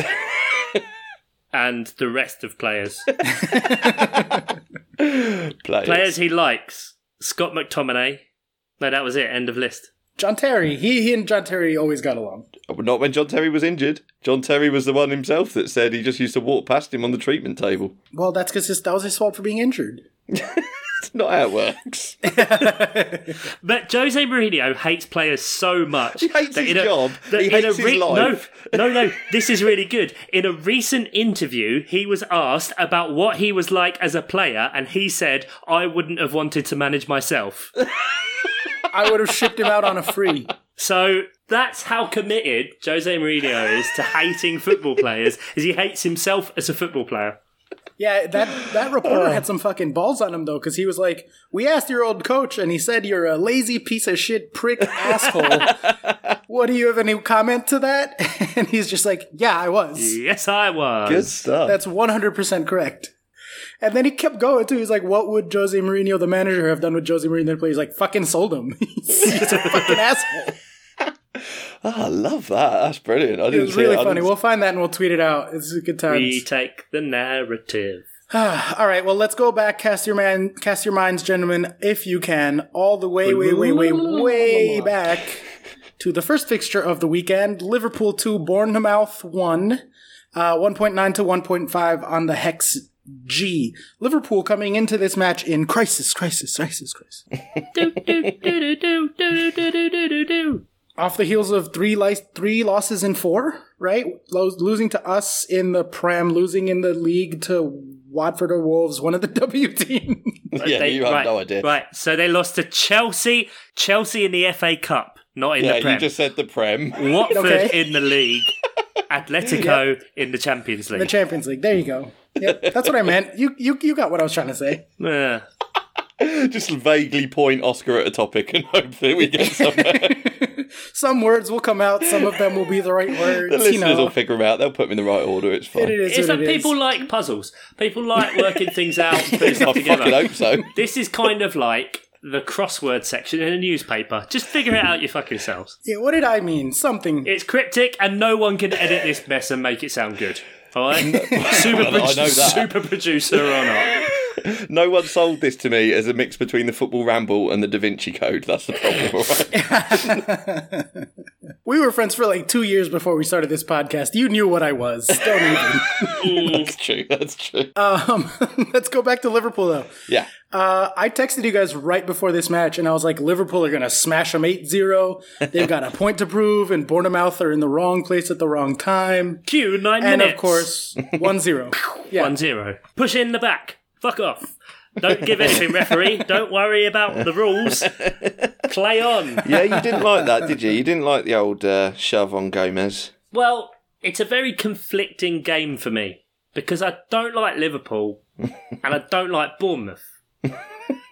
B: and the rest of players.
C: players.
B: Players he likes. Scott McTominay. No, that was it. End of list.
A: John Terry, he he and John Terry always got along.
C: Not when John Terry was injured. John Terry was the one himself that said he just used to walk past him on the treatment table.
A: Well, that's because that was his fault for being injured.
C: It's not how it works.
B: But Jose Mourinho hates players so much. He
C: hates his job. He hates his life.
B: No, no, no. This is really good. In a recent interview, he was asked about what he was like as a player, and he said, I wouldn't have wanted to manage myself.
A: I would have shipped him out on a free.
B: So that's how committed Jose Mourinho is to hating football players, is he hates himself as a football player.
A: Yeah, that that reporter had some fucking balls on him though, because he was like, "We asked your old coach, and he said you're a lazy piece of shit prick asshole." what do you have any comment to that? and he's just like, "Yeah, I was.
B: Yes, I was.
C: Good stuff.
A: That's 100 percent correct." And then he kept going too. He's like, "What would Jose Mourinho, the manager, have done with Jose Mourinho?" The player? He's like, "Fucking sold him. he's a fucking asshole."
C: Ah, I love that. That's brilliant. I
A: It
C: didn't
A: was
C: see
A: really
C: that. I
A: funny.
C: didn't-
A: We'll find that and we'll tweet it out. It's a good time.
B: Retake the narrative.
A: All right, well, let's go back. Cast your man, cast your minds, gentlemen, if you can, all the way, way, way, way, way back to the first fixture of the weekend: Liverpool two, Bournemouth one, uh, one point nine to one point five on the hex G. Liverpool coming into this match in crisis, crisis, crisis, crisis.
B: do, do, do, do, do, do, do, do, do, do, do.
A: off the heels of three li- three losses in four, right? Lo- losing to us in the Prem, losing in the league to Watford or Wolves, one of the W team.
C: yeah,
B: They-
C: you have
B: right,
C: no idea.
B: Right, so they lost to Chelsea, Chelsea in the FA Cup, not in
C: Yeah,
B: the Prem.
C: you just said the Prem.
B: Watford
A: Okay.
B: in the league, Atletico in the Champions
A: the
B: League.
A: Champions League. There you go. Yep, that's what I meant. You you you got what I was trying to say.
B: Yeah.
C: just vaguely point Oscar at a topic and hope that we get somewhere.
A: Some words will come out. Some of them will be the right words.
C: the
A: you
C: listeners
A: know,
C: will figure them out. They'll put them in the right order. It's fine.
A: it is.
B: It's
A: what
B: like
A: it is.
B: people like puzzles. People like working things out and putting
C: I
B: stuff
C: fucking
B: together.
C: hope so.
B: This is kind of like the crossword section in a newspaper. Just figure it out your fucking selves.
A: Yeah, what did I mean? Something.
B: It's cryptic, and no one can edit this mess and make it sound good. All right, super,
C: Well, I
B: produ-
C: know that.
B: super producer or not?
C: No one sold this to me as a mix between the football ramble and the Da Vinci Code. That's the problem. all right?
A: we were friends for like two years before we started this podcast. You knew what I was. Don't even.
C: That's true. That's true.
A: Um, let's go back to Liverpool though.
C: yeah.
A: Uh, I texted you guys right before this match, and I was like, Liverpool are going to smash them 8 0. They've got a point to prove, and Bournemouth are in the wrong place at the wrong time.
B: Cue nine
A: And
B: minutes.
A: of course, 1 0. Yeah.
B: one zero. Push in the back. Fuck off. Don't give anything, referee. Don't worry about the rules. Play on.
C: Yeah, you didn't like that, did you? You didn't like the old uh, shove on Gomez.
B: Well, it's a very conflicting game for me because I don't like Liverpool and I don't like Bournemouth.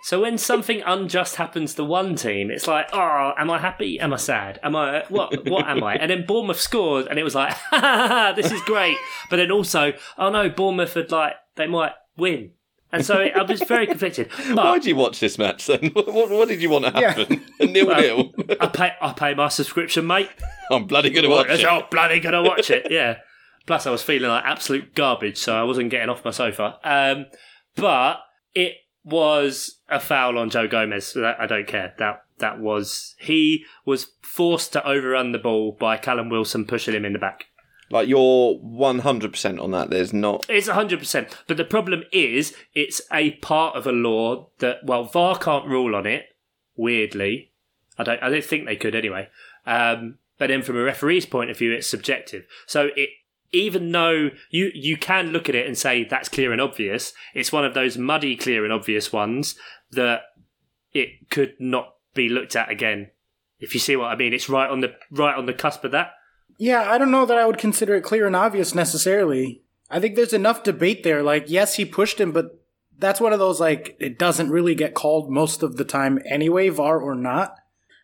B: so when something unjust happens to one team, it's like, oh, am I happy? Am I sad? Am I what? What am I? And then Bournemouth scored, and it was like, ha, ha, ha, this is great. But then also, oh no, Bournemouth had like they might win, and so I was very conflicted. But
C: Why did you watch this match then? What, what, what did you want to happen? Nil nil.
B: I pay, I pay my subscription, mate.
C: I'm bloody going to watch
B: That's
C: it.
B: all bloody gonna watch it. Yeah. Plus, I was feeling like absolute garbage, so I wasn't getting off my sofa. Um, but it was a foul on Joe Gomez. So that- I don't care. That that was he was forced to overrun the ball by Callum Wilson pushing him in the back.
C: Like you're 100% on that. There's not.
B: It's hundred percent. But the problem is, it's a part of a law that well, VAR can't rule on it. Weirdly, I don't. I don't think they could anyway. Um, but then, from a referee's point of view, it's subjective. So it, even though you you can look at it and say that's clear and obvious, it's one of those muddy, clear and obvious ones that it could not be looked at again. If you see what I mean, it's right on the right on the cusp of that.
A: Yeah, I don't know that I would consider it clear and obvious necessarily. I think there's enough debate there. Like, yes, he pushed him, but that's one of those like it doesn't really get called most of the time anyway, VAR or not.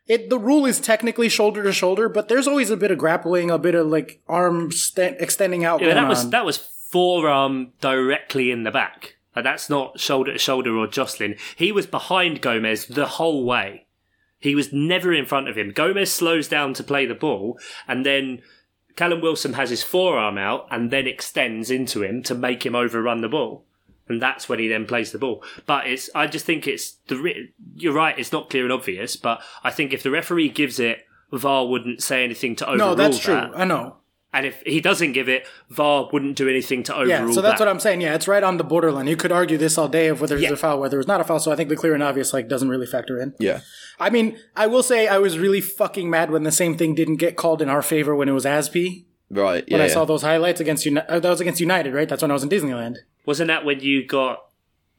A: It the rule is technically shoulder to shoulder, but there's always a bit of grappling, a bit of like arm st- extending out.
B: Yeah,
A: going
B: that was
A: on.
B: that was forearm directly in the back. Like that's not shoulder to shoulder or jostling. He was behind Gomez the whole way. He was never in front of him. Gomez slows down to play the ball, and then Callum Wilson has his forearm out and then extends into him to make him overrun the ball. And that's when he then plays the ball. But it's I just think it's the re- you're right. It's not clear and obvious, but I think if the referee gives it, VAR wouldn't say anything to overrule
A: no, that's true.
B: that.
A: I know.
B: And if he doesn't give it, VAR wouldn't do anything to overrule
A: Yeah, so that's
B: that.
A: what I'm saying. Yeah, it's right on the borderline. You could argue this all day of whether it's
B: Yeah.
A: a foul, whether it's not a foul. So I think the clear and obvious like doesn't really factor in.
C: Yeah.
A: I mean, I will say I was really fucking mad when the same thing didn't get called in our favor when it was Aspie.
C: Right. Yeah.
A: When I
C: yeah.
A: saw those highlights against United, that was against United, right? That's when I was in Disneyland.
B: Wasn't that when you got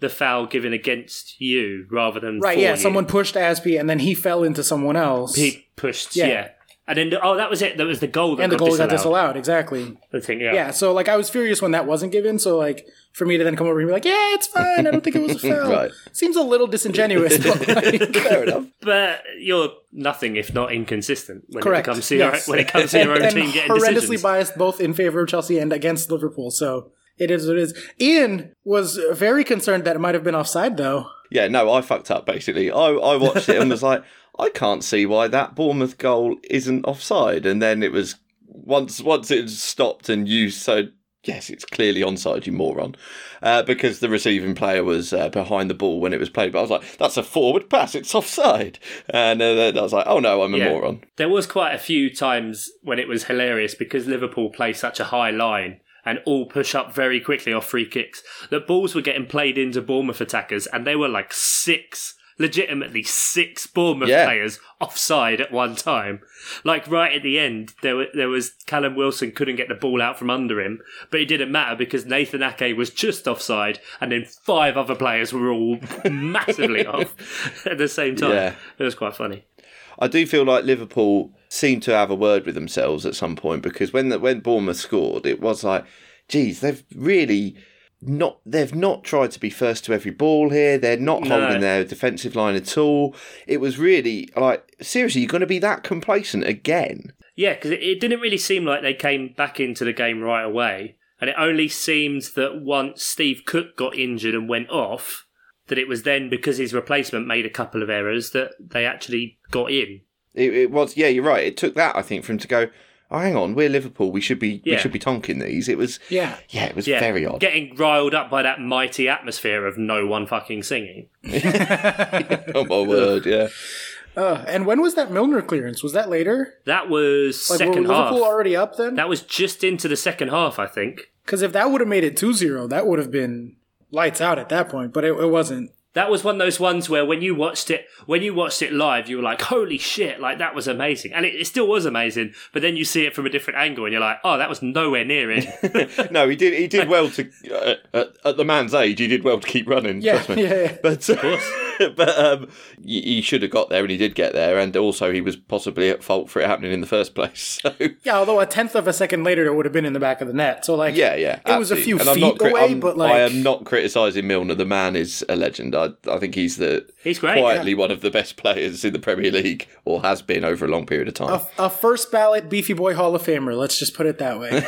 B: the foul given against you rather than
A: Right,
B: for
A: yeah.
B: you?
A: Someone pushed Aspie and then he fell into someone else.
B: he pushed? Yeah.
A: Yeah.
B: And then oh, that was it. That was the goal that
A: and the
B: got
A: goal
B: disallowed.
A: got disallowed, exactly.
B: I think, yeah.
A: Yeah, so like I was furious when that wasn't given. So like for me to then come over and be like, yeah, it's fine. I don't think it was a foul.
C: Right.
A: Seems a little disingenuous. but, like,
C: Fair enough.
B: But you're nothing if not inconsistent when
A: correct.
B: it comes to your,
A: yes.
B: when it comes to your own
A: and,
B: team
A: and
B: getting
A: horrendously
B: decisions.
A: biased both in favor of Chelsea and against Liverpool. So it is what it is. Ian was very concerned that it might have been offside though.
C: Yeah, no, I fucked up basically. I, I watched it and was like, I can't see why that Bournemouth goal isn't offside. And then it was once once it was stopped and you so yes, it's clearly onside, you moron, uh, because the receiving player was uh, behind the ball when it was played. But I was like, that's a forward pass, it's offside. And uh, then I was like, oh no, I'm a
B: Yeah.
C: moron.
B: There was quite a few times when it was hilarious because Liverpool play such a high line and all push up very quickly off free kicks that balls were getting played into Bournemouth attackers and they were like six, legitimately six Bournemouth
C: Yeah.
B: players offside at one time. Like right at the end, there were, there was Callum Wilson couldn't get the ball out from under him, but it didn't matter because Nathan Ake was just offside and then five other players were all massively off at the same time.
C: Yeah.
B: It was quite funny.
C: I do feel like Liverpool seemed to have a word with themselves at some point because when the, when Bournemouth scored, it was like, geez, they've really not they've not tried to be first to every ball here. They're not
B: No.
C: holding their defensive line at all. It was really like seriously, you're going to be that complacent again?
B: Yeah, because it, it didn't really seem like they came back into the game right away. And it only seems that once Steve Cook got injured and went off, that it was then because his replacement made a couple of errors that they actually got in.
C: It, it was yeah, you're right. It took that I think for him to go. Oh, hang on, we're Liverpool. We should be
B: Yeah.
C: we should be tonking these. It was
A: Yeah.
C: yeah, it was
B: Yeah,
C: very odd.
B: Getting riled up by that mighty atmosphere of no one fucking singing.
C: oh my word, yeah.
A: Uh, and when was that Milner clearance? Was that later?
B: That was
A: Like,
B: second
A: were
B: half.
A: Liverpool already up then?
B: that was just into the second half, I think.
A: Because if that would have made it 2 0, that would have been lights out at that point, but it, it wasn't.
B: That was one of those ones where when you watched it, when you watched it live, you were like, "Holy shit! Like that was amazing," and it, it still was amazing. But then you see it from a different angle, and you're like, "Oh, that was nowhere near it."
C: no, he did. He did well to uh, at, at the man's age. He did well to keep running.
A: Yeah,
C: trust me.
A: yeah, yeah.
C: But but um, he, he should have got there, and he did get there. And also, he was possibly at fault for it happening in the first place. So
A: Yeah, although a tenth of a second later, it would have been in the back of the net. So like,
C: yeah, yeah,
A: it was a
C: absolutely.
A: few
C: And I'm
A: feet
C: not cri-
A: away.
C: I'm-
A: but like,
C: I am not criticizing Milner. The man is a legend. I I think he's the
B: He's great,
C: Quietly one of the best players in the Premier League, or has been over a long period of time.
A: a, a first ballot beefy boy Hall of Famer. Let's just put it that way.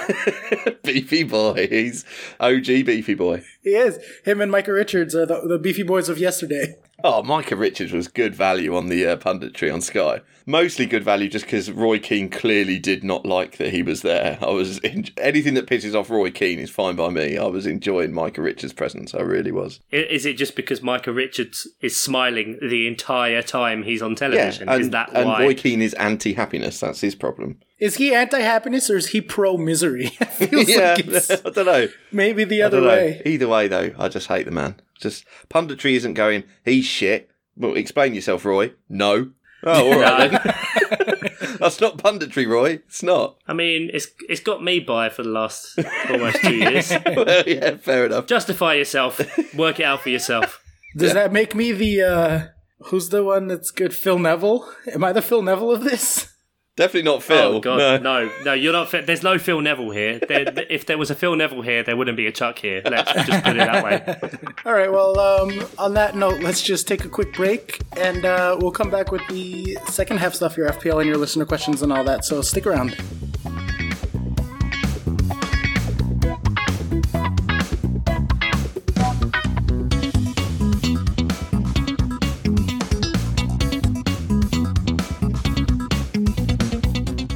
C: beefy boy. He's OG beefy boy.
A: he is. Him and Micah Richards are the, the beefy boys of yesterday.
C: Oh, Micah Richards was good value on the uh, punditry on Sky. Mostly good value just because Roy Keane clearly did not like that he was there. I was in- anything that pisses off Roy Keane is fine by me. I was enjoying Micah Richards' presence. I really was.
B: I- Is it just because Micah Richards is smiling the entire time he's on television?
C: and,
B: is that
C: and
B: why?
C: Roy Keane is anti-happiness. That's his problem.
A: Is he anti happiness or is he pro misery? Feels
C: yeah,
A: like it's
C: I don't know.
A: maybe the
C: I
A: other
C: don't know.
A: way.
C: Either way, though, I just hate the man. Just punditry isn't going. He's shit. Well, explain yourself, Roy. No. Oh, all right then. That's not punditry, Roy. It's not.
B: I mean, it's it's got me by for the last almost two years.
C: well, yeah, fair enough.
B: Justify yourself. Work it out for yourself.
A: Does that make me the uh who's the one that's good? Phil Neville? Am I the Phil Neville of this?
C: Definitely not Phil.
B: oh God, no. no, you're not. Phil- There's no Phil Neville here. There, if there was a Phil Neville here, there wouldn't be a Chuck here. Let's just put it that way.
A: All right, well, um, on that note, let's just take a quick break and uh, we'll come back with the second half stuff, your FPL and your listener questions and all that. So stick around.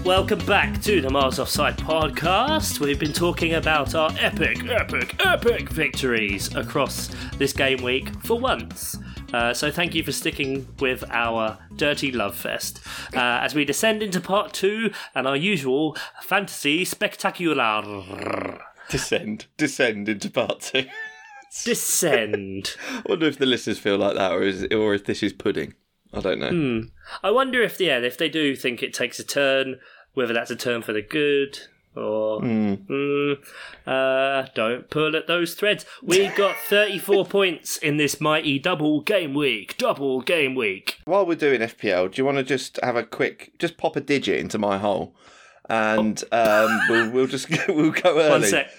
B: Welcome back to the Mars Offside podcast. We've been talking about our epic, epic, epic victories across this game week for once. Uh, so thank you for sticking with our dirty love fest uh, as we descend into part two and our usual fantasy spectacular
C: Descend. Descend into part two.
B: descend.
C: I wonder if the listeners feel like that or is or if this is pudding. I don't know.
B: I wonder if yeah, if they do think it takes a turn, whether that's a turn for the good or
C: Hmm.
B: Mm, uh, don't pull at those threads. We got 34 points in this mighty double game week. Double game week.
C: While we're doing FPL, do you want to just have a quick, just pop a digit into my hole, and um, we'll, we'll just we'll go early.
B: One sec.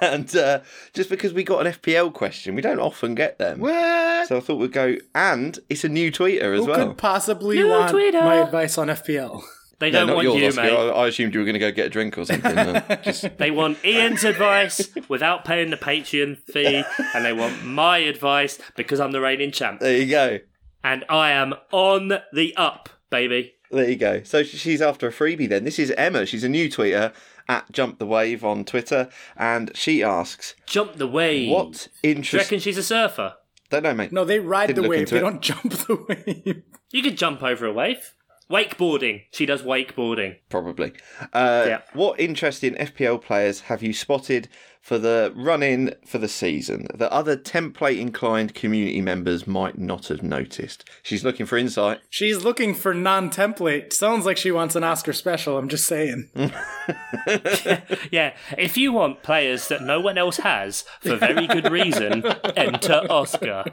C: and uh, just because we got an FPL question, we don't often get them.
A: What?
C: So I thought we'd go, and it's a new tweeter as
A: Who
C: well.
A: could possibly
B: No,
A: want
B: Twitter.
A: my advice on FPL?
B: They
C: No,
B: don't want you,
C: Oscar.
B: mate.
C: I, I assumed you were going to go get a drink or something. uh, just
B: They want Ian's advice without paying the Patreon fee, and they want my advice because I'm the reigning champ.
C: there you go.
B: And I am on the up, baby.
C: There you go. So sh- she's after a freebie then. This is Emma. She's a new tweeter at Jump the Wave on Twitter, and she asks,
B: Jump the wave.
C: "What
B: Do you
C: interest?"
B: reckon she's a surfer?
C: Don't know, mate.
A: No, they ride
C: Didn't
A: the
C: look
A: wave.
C: into
A: They
C: it.
A: don't jump the wave.
B: You could jump over a wave. Wakeboarding. She does wakeboarding.
C: Probably. Uh,
B: Yeah.
C: What interesting FPL players have you spotted for the run-in for the season that other template-inclined community members might not have noticed? She's looking for insight.
A: She's looking for non-template. Sounds like she wants an Oscar special. I'm just saying.
B: Yeah, if you want players that no one else has for very good reason, enter Oscar.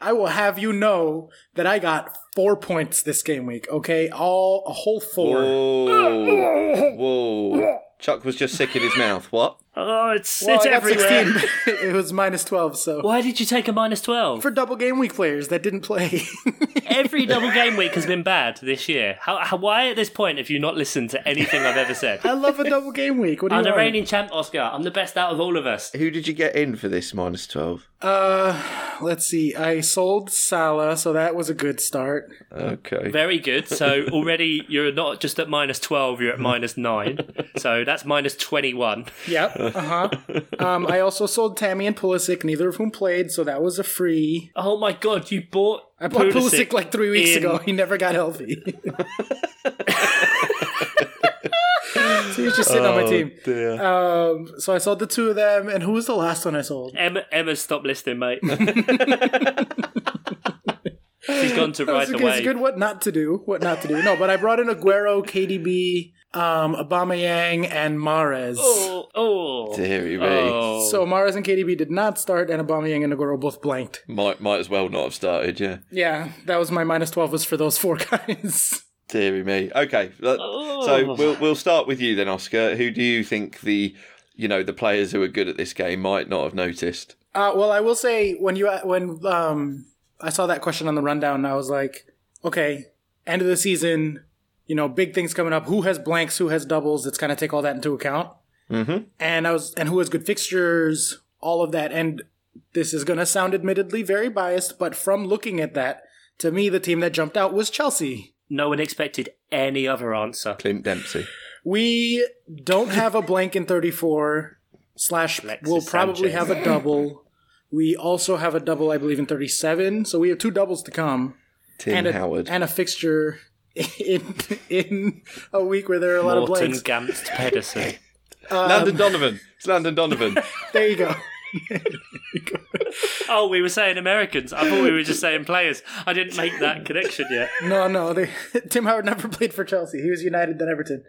A: I will have you know that I got four points this game week. Okay, all a whole four.
C: Whoa! Whoa! Chuck was just sick in his mouth. What?
B: Oh, it's
A: Well,
B: it's
A: I got
B: everywhere.
A: 16. it was minus twelve. So
B: Why did you take a minus twelve?
A: for double game week players that didn't play,
B: Every double game week has been bad this year. How, how why at this point have you not listened to anything I've ever said?
A: I love a double game week. What do you
B: I'm the
A: want?
B: reigning champ, Oscar. I'm the best out of all of us.
C: Who did you get in for this minus twelve?
A: Uh, let's see. I sold Salah, so that was a good start.
C: Okay.
B: Very good. So already you're not just at minus twelve; you're at minus nine. So that's minus twenty-one.
A: Yep. Uh huh. um, I also sold Tammy and Pulisic, neither of whom played, so that was a free.
B: Oh my god, you bought
A: I bought Pulisic, like three weeks
B: in-
A: ago. He never got healthy. so you was just sitting
B: Oh.
A: on my team.
C: dear.
A: Um, so I sold the two of them, and who was the last one I sold?
B: Emma, Emma, stop listening, mate. She's gone to
A: That
B: ride
A: was a
B: the
A: good- it's a
B: wave.
A: good what not to do, what not to do. No, but I brought in Aguero, KDB, um, Abamayang, and Mares.
B: Oh, oh,
C: Deary me.
B: oh.
A: So Mares and KDB did not start, and Abamayang and Aguero both blanked.
C: Might might as well not have started. Yeah,
A: Yeah, that was my minus twelve was for those four guys.
C: deary me. Okay, let-
B: Oh.
C: so we'll we'll start with you then, Oscar. Who do you think the you know the players who are good at this game might not have noticed?
A: Uh, well, I will say when you uh, when um, I saw that question on the rundown, I was like, okay, end of the season, you know, big things coming up. Who has blanks? Who has doubles? It's kind of take all that into account.
C: Mhm.
A: And I was and who has good fixtures, all of that. And this is going to sound admittedly very biased, but from looking at that, to me, the team that jumped out was Chelsea.
B: No one expected any other answer.
C: Clint Dempsey.
A: We don't have a blank in 34 slash
B: Alexis
A: we'll probably
B: Sanchez.
A: have a double. We also have a double, I believe, in 37. So we have two doubles to come
C: Tim
A: and a,
C: Howard.
A: and a fixture in in a week where there are a lot of
B: Morton
A: blanks.
B: Gamst Pedersen.
A: um,
C: Landon Donovan. It's Landon Donovan.
A: There you go.
B: oh, we were saying Americans. I thought we were just saying players. I didn't make that connection yet.
A: No, no. They, Tim Howard never played for Chelsea. He was United then Everton.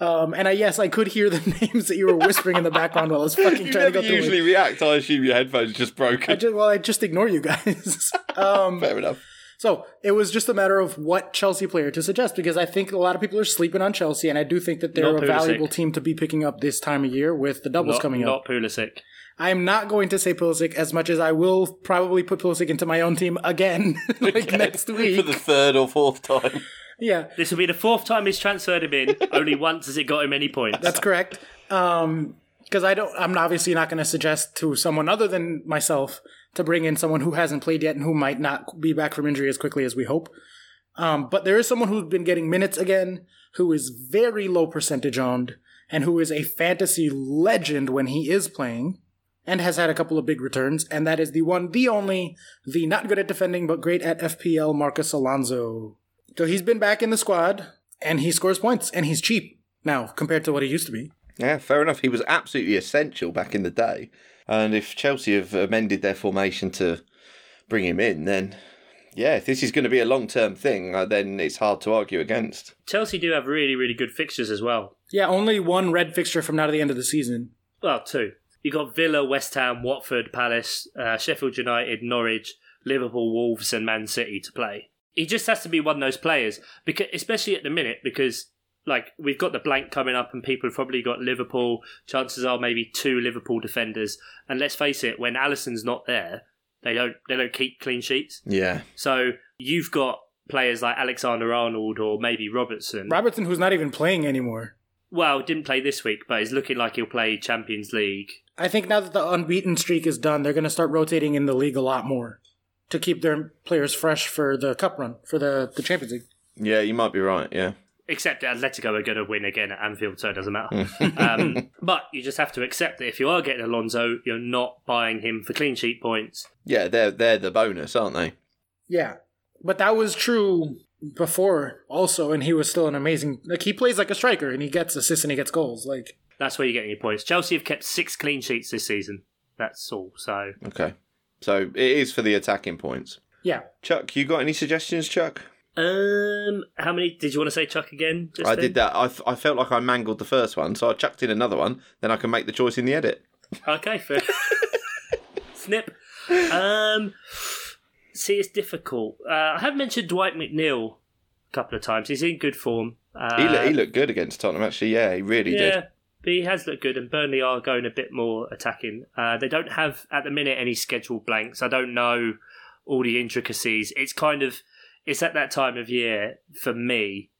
A: Um, and I yes, I could hear the names that you were whispering in the background while I was fucking
C: you
A: trying to
C: never
A: go through.
C: usually
A: Usually-
C: react. I assume your headphones just broken.
A: I just, well, I just ignore you guys. Um,
C: Fair enough.
A: So it was just a matter of what Chelsea player to suggest because I think a lot of people are sleeping on Chelsea, and I do think that they're
B: Not
A: a
B: Pulisic.
A: valuable team to be picking up this time of year with the doubles
B: Not,
A: coming up.
B: not Pulisic.
A: I am not going to say Pulisic as much as I will probably put Pulisic into my own team again like next
C: For
A: week.
C: the third or fourth time.
A: yeah,
B: This will be the fourth time he's transferred him in. Only once has it got him any points.
A: that's correct. Um, because I don't, I'm obviously not going to suggest to someone other than myself to bring in someone who hasn't played yet and who might not be back from injury as quickly as we hope. Um, but there is someone who's been getting minutes again, who is very low percentage owned, and who is a fantasy legend when he is playing, and has had a couple of big returns, and that is the one, the only, the not good at defending but great at FPL, Marcus Alonso. So he's been back in the squad, and he scores points, and he's cheap now compared to what he used to be.
C: Yeah, fair enough. He was absolutely essential back in the day. And if Chelsea have amended their formation to bring him in, then yeah, if this is going to be a long term thing, uh, then it's hard to argue against.
B: Chelsea do have really, really good fixtures as well.
A: Yeah, only one red fixture from now to the end of the season.
B: Well, two. You got Villa, West Ham, Watford, Palace, uh, Sheffield United, Norwich, Liverpool, Wolves, and Man City to play. He just has to be one of those players, because especially at the minute, because like we've got the blank coming up, and people have probably got Liverpool. Chances are maybe two Liverpool defenders, and let's face it, when Allison's not there, they don't they don't keep clean sheets.
C: Yeah.
B: So you've got players like Alexander Arnold or maybe Robertson.
A: Robertson, who's not even playing anymore.
B: Well, didn't play this week, but it's looking like he'll play Champions League.
A: I think now that the unbeaten streak is done, they're going to start rotating in the league a lot more to keep their players fresh for the cup run for the, the Champions League.
C: Yeah, you might be right. Yeah.
B: except that Atletico are going to win again at Anfield, so it doesn't matter.
C: Hmm.
B: um, but you just have to accept that if you are getting Alonso, you're not buying him for clean sheet points.
C: Yeah, they're they're the bonus, aren't they?
A: Yeah, but that was true before also, and he was still an amazing. Like he plays like a striker, and he gets assists and he gets goals. Like
B: That's where you're getting your points. Chelsea have kept six clean sheets this season. That's all. So
C: Okay. So it is for the attacking points.
A: yeah,
C: Chuck, you got any suggestions, Chuck?
B: um, how many did you want to say, Chuck? Again, just
C: I
B: then?
C: did that. I, f- I felt like I mangled the first one, so I chucked in another one. Then I can make the choice in the edit.
B: Okay, fair. Snip. Um, see, it's difficult. Uh, I have mentioned Dwight McNeil a couple of times. He's in good form. Uh,
C: He, loo- he looked good against Tottenham, actually. Yeah, he really
B: Yeah,
C: did.
B: but he has looked good, and Burnley are going a bit more attacking. Uh, they don't have at the minute any scheduled blanks. I don't know all the intricacies. It's kind of it's at that time of year for me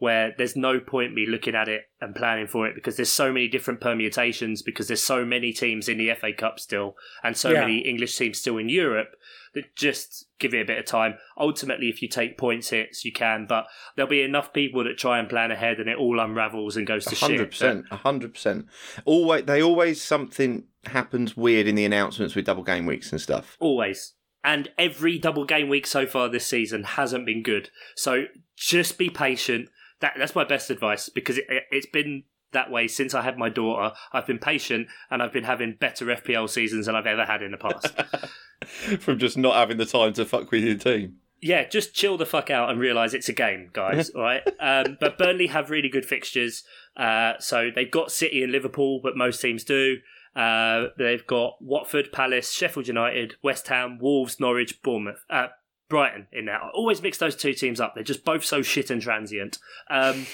B: where there's no point me looking at it and planning for it because there's so many different permutations because there's so many teams in the FA Cup still and so
A: Yeah.
B: many English teams still in Europe that just give it a bit of time. Ultimately, if you take points hits, you can, but there'll be enough people that try and plan ahead and it all unravels and goes to
C: hundred
B: shit.
C: percent, hundred percent. Always, they always something happens weird in the announcements with double game weeks and stuff.
B: Always. And every double game week so far this season hasn't been good. So just be patient. That that's my best advice because it, it, it's been that way since I had my daughter. I've been patient and I've been having better FPL seasons than I've ever had in the past.
C: from just not having the time to fuck with your team.
B: yeah, just chill the fuck out and realize it's a game, guys. all right. Um, but Burnley have really good fixtures, uh, so they've got City and Liverpool, but most teams do. Uh, they've got Watford, Palace, Sheffield United, West Ham, Wolves, Norwich, Bournemouth, uh, Brighton in there. I always mix those two teams up. They're just both so shit and transient. Um,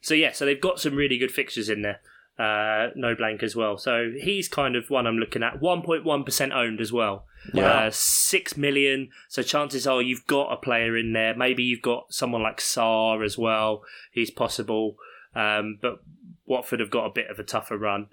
B: so yeah, so they've got some really good fixtures in there. Uh, no blank as well. So he's kind of one I'm looking at. 1.1% owned as well. Uh, 6 million. So chances are you've got a player in there. Maybe you've got someone like Saar as well. He's possible. Um, but Watford have got a bit of a tougher run.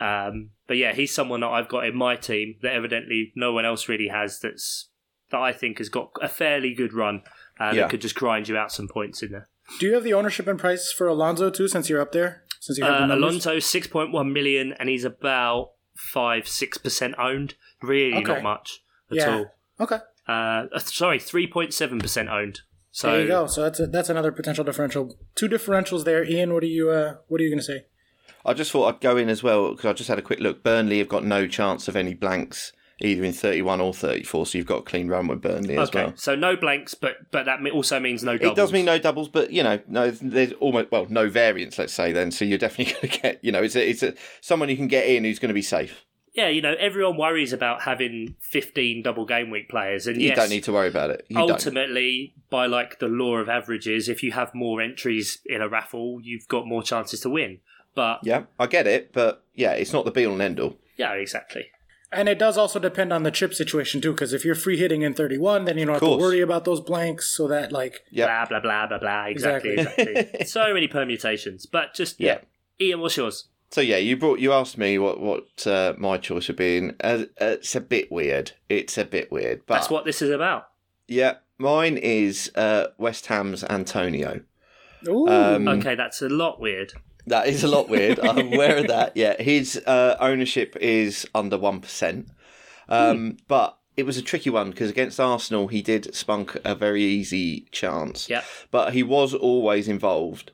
B: Um, but yeah, he's someone that I've got in my team that evidently no one else really has that's that I think has got a fairly good run uh,
C: Yeah.
B: that could just grind you out some points in there.
A: Do you have the ownership and price for Alonso too? Since you're up there, since you have
B: Uh,
A: the numbers?
B: Alonso, six point one million, and he's about five six percent owned. Really,
A: Okay.
B: not much at
A: Yeah.
B: all.
A: Okay,
B: Uh, uh, sorry, three point seven percent owned. So
A: there you go. So that's a, that's another potential differential. Two differentials there, Ian. What are you uh, What are you going to say?
C: I just thought I'd go in as well because I just had a quick look. Burnley have got no chance of any blanks either in 31 or 34, so you've got a clean run with Burnley as
B: okay,
C: well.
B: so no blanks, but but that me- also means no doubles.
C: It does mean no doubles, but you know, no, there's almost well no variance. Let's say then, so you're definitely going to get, you know, it's a, it's a, someone you can get in who's going to be safe.
B: Yeah, you know, everyone worries about having fifteen double game week players, and
C: You
B: yes,
C: don't need to worry about it. You don't.
B: ultimately, by like the law of averages, if you have more entries in a raffle, you've got more chances to win. But
C: Yeah, I get it, but yeah, it's not the be all and end all.
B: yeah, exactly.
A: And it does also depend on the chip situation too, because if you're free hitting in 31, then you don't have to
C: course.
A: worry about those blanks. So that like
C: Yeah,
B: Blah blah blah blah blah. Exactly.
C: Exactly.
B: Exactly. so many permutations, but just yeah.
C: yeah.
B: Ian, what's yours?
C: So yeah, you brought you asked me what what uh, my choice would be, and uh, it's a bit weird. It's a bit weird, but
B: That's what this is about.
C: Yeah, mine is uh, West Ham's Antonio.
A: ooh,
C: Um,
B: Okay, that's a lot weird.
C: That is a lot weird. I'm aware of that. Yeah, his uh, ownership is under one percent,
B: Hmm.
C: um, but it was a tricky one because against Arsenal he did spunk a very easy chance.
B: Yeah.
C: but he was always involved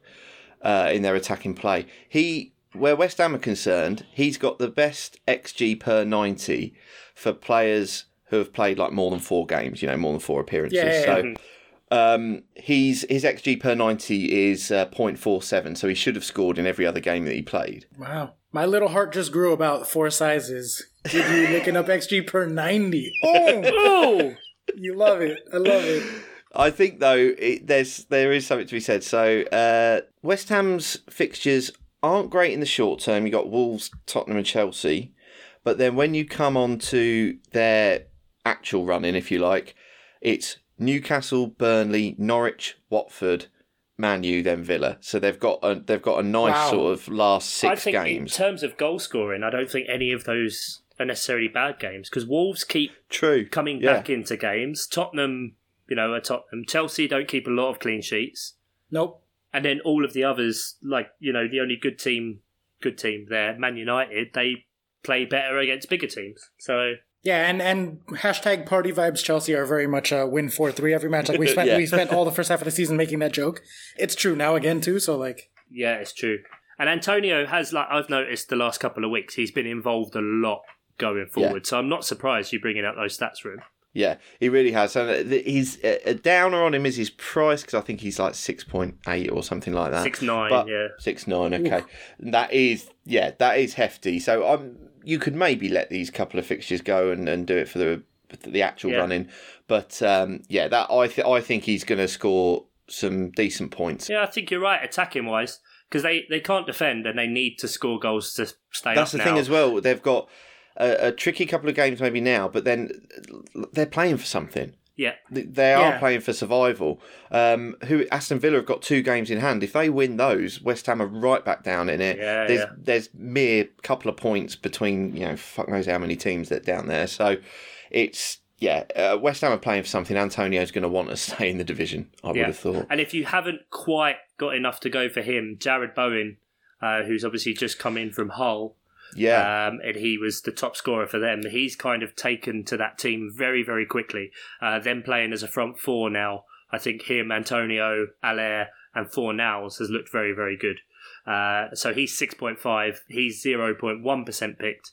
C: uh, in their attacking play. He, where West Ham are concerned, he's got the best xG per ninety for players who have played like more than four games. You know, more than four appearances.
A: Yeah, Mm-hmm. yeah, yeah.
C: so. Um, he's his xG per ninety is uh, 0.47, so he should have scored in every other game that he played.
A: wow, my little heart just grew about four sizes. Did you licking up XG per 90? Oh,
B: Oh,
A: you love it. I love it.
C: I think though it, there's there is something to be said. So uh, West Ham's fixtures aren't great in the short term. You got Wolves, Tottenham, and Chelsea, but then when you come on to their actual running, if you like, it's Newcastle, Burnley, Norwich, Watford. Man U, then Villa. So they've got a, they've got a nice
A: Wow.
C: sort of last
B: I
C: six
B: think in
C: games.
B: terms of goal scoring, I don't think any of those are necessarily bad games because Wolves keep
C: True.
B: coming
C: Yeah.
B: back into games. Tottenham, you know, are Tottenham. Chelsea don't keep a lot of clean sheets,
A: Nope.
B: and then all of the others, like you know, the only good team, good team there, Man United, they play better against bigger teams. So
A: Yeah, and and hashtag party vibes Chelsea are very much uh, win four three every match. Like we spent
C: Yeah.
A: we spent all the first half of the season making that joke. It's true now again too. So like
B: Yeah, it's true. And Antonio has, like, I've noticed the last couple of weeks, he's been involved a lot going forward. So I'm not surprised you bringing up those stats, room.
C: Yeah, he really has. And uh, th- he's uh, a downer on him is his price because I think he's like six point eight or something like that.
B: Six nine,
C: Uh, But-
B: yeah.
C: six nine. Okay, that is yeah, that is hefty. So um, you could maybe let these couple of fixtures go and, and do it for the for the actual
B: Yeah.
C: running. But um, yeah, that I th- I think he's going to score some decent points.
B: Yeah, I think you're right, attacking wise, because they, they can't defend and they need to score goals to stay
C: That's
B: up
C: the
B: now.
C: thing as well. They've got a, a tricky couple of games maybe now, but then uh, they're playing for something.
B: Yeah,
C: Th- They are
A: Yeah.
C: playing for survival. Um, who Aston Villa have got two games in hand. If they win those, West Ham are right back down in it.
B: Yeah,
C: there's
B: yeah.
C: there's mere couple of points between you know fuck knows how many teams that down there. So it's yeah, uh, West Ham are playing for something. Antonio's going to want to stay in the division. I would
B: yeah.
C: have thought.
B: And if you haven't quite got enough to go for him, Jared Bowen, uh, who's obviously just come in from Hull,
C: Yeah,
B: um, and he was the top scorer for them. He's kind of taken to that team very, very quickly. Uh, them playing as a front four now, I think him, Antonio, Allaire, and Four Nows has looked very, very good. Uh, so he's 6.5. He's 0.1% picked.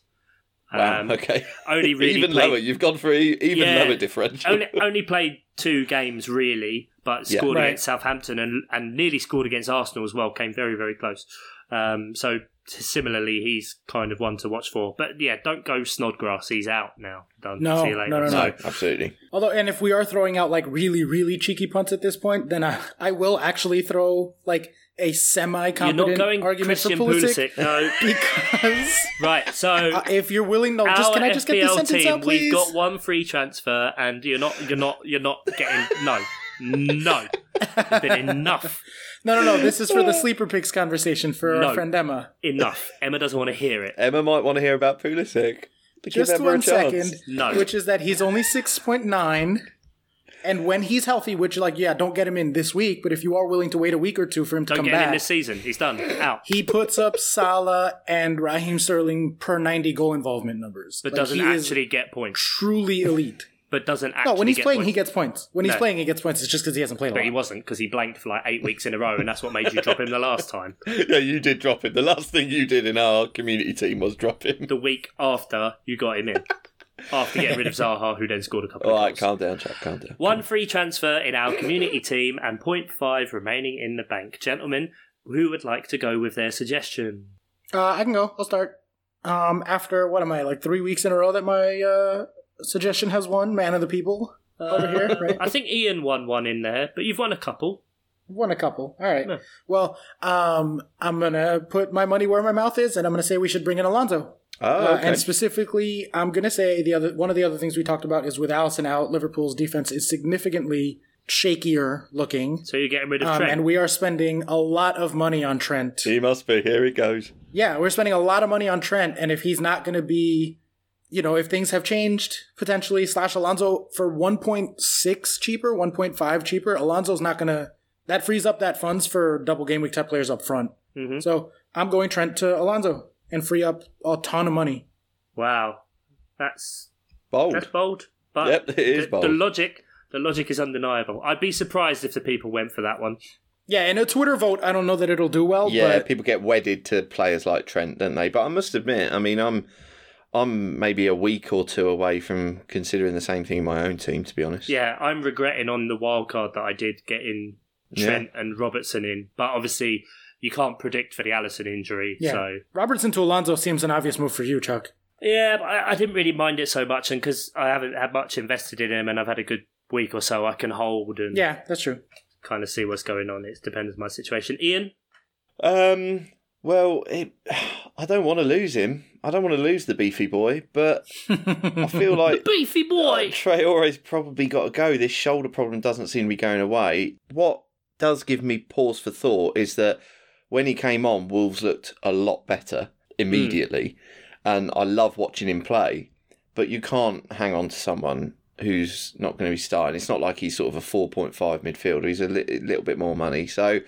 C: Wow, okay.
B: Only Uh, um, really
C: even
B: played-
C: lower. You've gone for e- even
B: Yeah.
C: lower differential.
B: only, only played two games really, but
C: Yeah.
B: scored
A: Right.
B: against Southampton and and nearly scored against Arsenal as well. Came very very close. Um, so t- similarly, he's kind of one to watch for. But yeah, don't go Snodgrass. He's out now. Done.
A: No,
B: See you later.
A: no, no,
B: So-
C: no, absolutely.
A: Although, and if we are throwing out like really, really cheeky punts at this point, then I, I will actually throw like a
B: You're not
A: semi-competent
B: going
A: argument
B: Christian
A: for Pulisic,
B: Pulisic. No.
A: because
B: right. So.
A: uh, if you're willing, no, just
B: our
A: can I just get this
B: FPL
A: sentence
B: team,
A: out, please?
B: We've got one free transfer, and you're not, you're not, you're not getting no, no. There's been enough,
A: No, no, no. This is for the sleeper picks conversation for
B: No.
A: our friend Emma.
B: enough. Emma doesn't want to hear it.
C: Emma might want to hear about Pulisic. Give
A: Just
C: Emma a
A: one
C: chance.
A: second.
B: No.
A: Which is that he's only 6.9. And when he's healthy, which, like, yeah, don't get him in this week, but if you are willing to wait a week or two for him to
B: Don't
A: come
B: get him in
A: back,
B: this season. He's done. Out.
A: he puts up Salah and Raheem Sterling per 90 goal involvement numbers.
B: but
A: Like,
B: doesn't
A: he is
B: actually get points.
A: truly elite.
B: But doesn't actually.
A: No, when he's
B: get
A: playing,
B: points.
A: he gets points. When he's
B: No.
A: playing, he gets points. It's just because he hasn't played a
B: But
A: lot.
B: he wasn't because he blanked for like eight weeks in a row, and that's what made you drop him the last time.
C: Yeah, you did drop him. The last thing you did in our community team was drop him.
B: The week after you got him in, after getting rid of Zaha, who then scored a couple
C: All
B: of
C: right,
B: goals.
C: calm down, chap. Calm down.
B: One free transfer in our community team and 0.5 remaining in the bank. Gentlemen, who would like to go with their suggestion?
A: Uh, I can go. I'll start. Um, after what am I like three weeks in a row that my uh, suggestion has won man of the people uh, over here, right?
B: I think Ian won one in there, but you've won a couple.
A: Won a couple. All right.
B: No.
A: Well, um, I'm gonna put my money where my mouth is, and I'm gonna say we should bring in Alonso.
C: Oh,
A: Uh,
C: okay.
A: and specifically, I'm gonna say the other one of the other things we talked about is with Allison out, Liverpool's defense is significantly shakier looking,
B: So you're getting rid of
A: um,
B: Trent.
A: and we are spending a lot of money on Trent.
C: he must be. Here he goes.
A: Yeah, we're spending a lot of money on Trent, and if he's not going to be, you know, if things have changed potentially, slash Alonso for 1.6 cheaper, 1.5 cheaper, Alonso's not going to. That frees up that funds for double game week type players up front.
B: Mhm.
A: So I'm going Trent to Alonso and free up a ton of money.
B: Wow. That's
C: Bold.
B: That's bold. But
C: Yep, it is
B: the,
C: bold.
B: The logic, the logic is undeniable. I'd be surprised if the people went for that one.
A: Yeah, and a Twitter vote, I don't know that it'll do well,
C: yeah,
A: but
C: people get wedded to players like Trent, don't they? But I must admit, I mean, I'm I'm maybe a week or two away from considering the same thing in my own team, to be honest.
B: Yeah, I'm regretting on the wild card that I did getting
C: Yeah.
B: Trent and Robertson in, but obviously you can't predict for the Allison injury.
A: yeah.
B: So
A: Robertson to Alonso seems an obvious move for you, Chuck.
B: yeah, but I, I didn't really mind it so much, and because I haven't had much invested in him, and I've had a good week or so, I can hold
C: Mm.
B: and
A: Yeah, that's true.
B: kind of see what's going on. It depends on my situation. Ian,
C: Um. Well, it, I don't want to lose him. I don't want to lose the beefy boy, but I feel like
B: beefy boy.
C: Traore's probably got to go. This shoulder problem doesn't seem to be going away. What does give me pause for thought is that when he came on, Wolves looked a lot better immediately, and I love watching him play. But you can't hang on to someone who's not going to be starting. It's not like he's sort of a four point five midfielder. He's a li- little bit more money, so.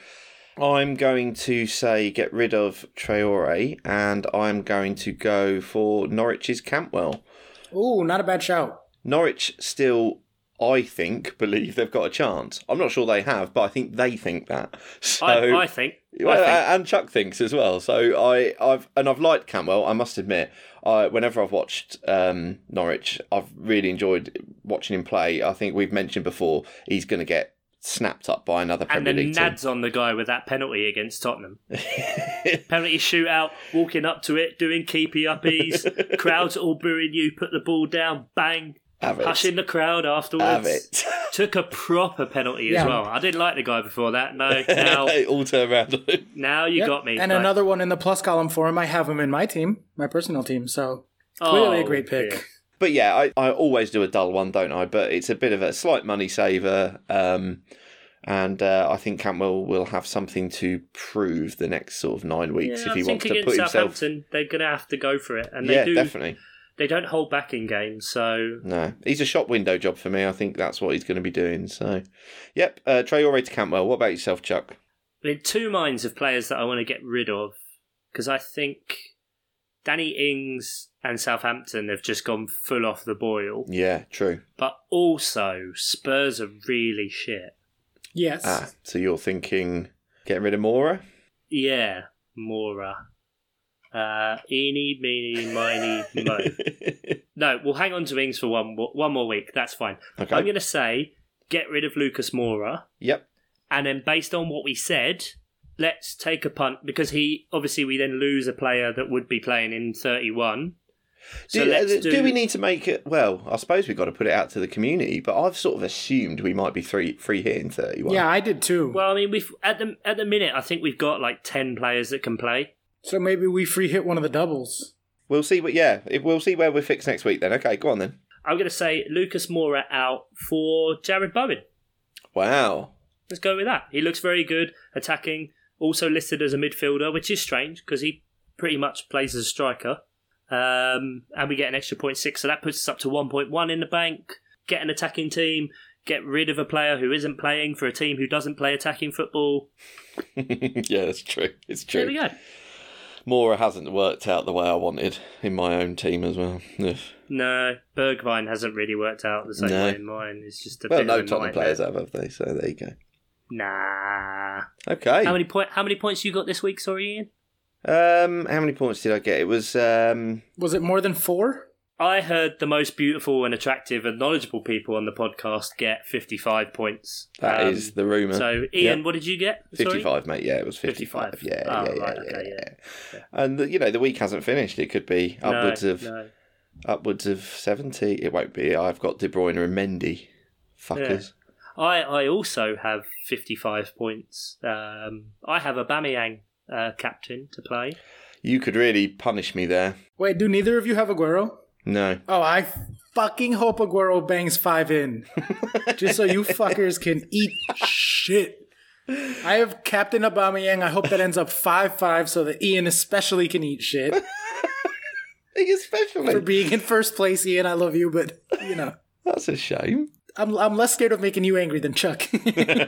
C: I'm going to say get rid of Traore and I'm going to go for Norwich's Campwell.
A: Ooh, not a bad shout.
C: Norwich still, I think, believe they've got a chance. I'm not sure they have, but I think they think that. So,
B: I, I think.
C: well,
B: I think.
C: and Chuck thinks as well. So I, I've and I've liked Camwell. I must admit, I, whenever I've watched um, Norwich, I've really enjoyed watching him play. I think we've mentioned before he's going to get snapped up by another
B: And
C: Premier
B: the
C: League team.
B: nads on the guy with that penalty against Tottenham. penalty shootout, walking up to it, doing keepy uppies, crowds all booing you, put the ball down, bang,
C: Have it.
B: hushing the crowd afterwards.
C: Have it.
B: Took a proper penalty as
A: Yeah.
B: well. I didn't like the guy before that. No, now
C: all turn around. on him.
B: now you
A: Yep.
B: got me.
A: And
B: Like,
A: another one in the plus column for him. I have him in my team, my personal team. So
B: oh,
A: clearly a great pick.
B: dear.
C: But yeah, I, I always do a dull one, don't I? But it's a bit of a slight money saver. Um, and uh, I think Campbell will have something to prove the next sort of nine
B: Yeah,
C: weeks
B: I
C: if he
B: think
C: wants to
B: against
C: put himself.
B: Southampton, they're going to have to go for it, and they
C: yeah,
B: do.
C: definitely.
B: They don't hold back in games, so
C: No, he's a shop window job for me. I think that's what he's going to be doing. So, yep, uh, Traore to Campbell. What about yourself, Chuck?
B: I'm in two minds of players that I want to get rid of because I think Danny Ings and Southampton have just gone full off the boil,
C: Yeah, true.
B: but also Spurs are really shit.
A: Yes.
C: Ah, so you're thinking getting rid of Mora?
B: Yeah, Mora. Uh, eeny, meeny, miny, mo. No, we'll hang on to Ings for one more, one more week. That's fine.
C: Okay.
B: I'm going to say get rid of Lucas Mora,
C: Yep.
B: and then based on what we said, let's take a punt because he obviously we then lose a player that would be playing in 31. So
C: do,
B: let's
C: uh,
B: do,
C: do we need to make it? Well, I suppose we've got to put it out to the community, but I've sort of assumed we might be three free here in thirty-one.
A: Yeah, I did too.
B: Well, I mean, we've at the at the minute, I think we've got like ten players that can play.
A: so maybe we free hit one of the doubles.
C: we'll see. What? Yeah, it, we'll see where we're fixed next week. Then, okay, go on then.
B: I'm going to say Lucas Mora out for Jared Bowen.
C: Wow,
B: Let's go with that. He looks very good attacking. Also listed as a midfielder, which is strange because he pretty much plays as a striker. Um, and we get an extra point six, so that puts us up to one point one in the bank. Get an attacking team. Get rid of a player who isn't playing for a team who doesn't play attacking football.
C: yeah, that's true. It's
B: There
C: true.
B: we go.
C: Mora hasn't worked out the way I wanted in my own team as well. Ugh.
B: No, Bergvine hasn't really worked out the same
C: No.
B: way in mine. It's just a
C: Well,
B: bit
C: no
B: of a
C: Tottenham
B: nightmare.
C: players have, have they? So there you go.
B: Nah.
C: Okay.
B: How many point? How many points you got this week? Sorry, Ian.
C: um, how many points did I get? It was um,
A: Was it more than four?
B: I heard the most beautiful and attractive and knowledgeable people on the podcast get fifty-five points.
C: That is
B: Um,
C: the rumor.
B: So, Ian, what did you get? Sorry?
C: Fifty-five, mate. Yeah, it was fifty-five.
B: 55.
C: Yeah,
B: Oh,
C: yeah, yeah,
B: right,
C: yeah,
B: okay,
C: yeah. And the, you know, the week hasn't finished. It could be
B: No,
C: upwards of
B: no.
C: upwards of seventy. It won't be. I've got De Bruyne and Mendy. Fuckers.
B: I I also have fifty-five points. Um, I have a Bamiyang uh, captain to play.
C: You could really punish me there.
A: Wait, do neither of you have Aguero?
C: No.
A: Oh, I fucking hope Aguero bangs five in. Just so you fuckers can eat shit. I have Captain Abamayang. I hope that ends up 5 5 so that Ian especially can eat shit.
C: Especially.
A: For being in first place, Ian, I love you, but, you know,
C: That's a shame.
A: I'm, I'm less scared of making you angry than Chuck. You're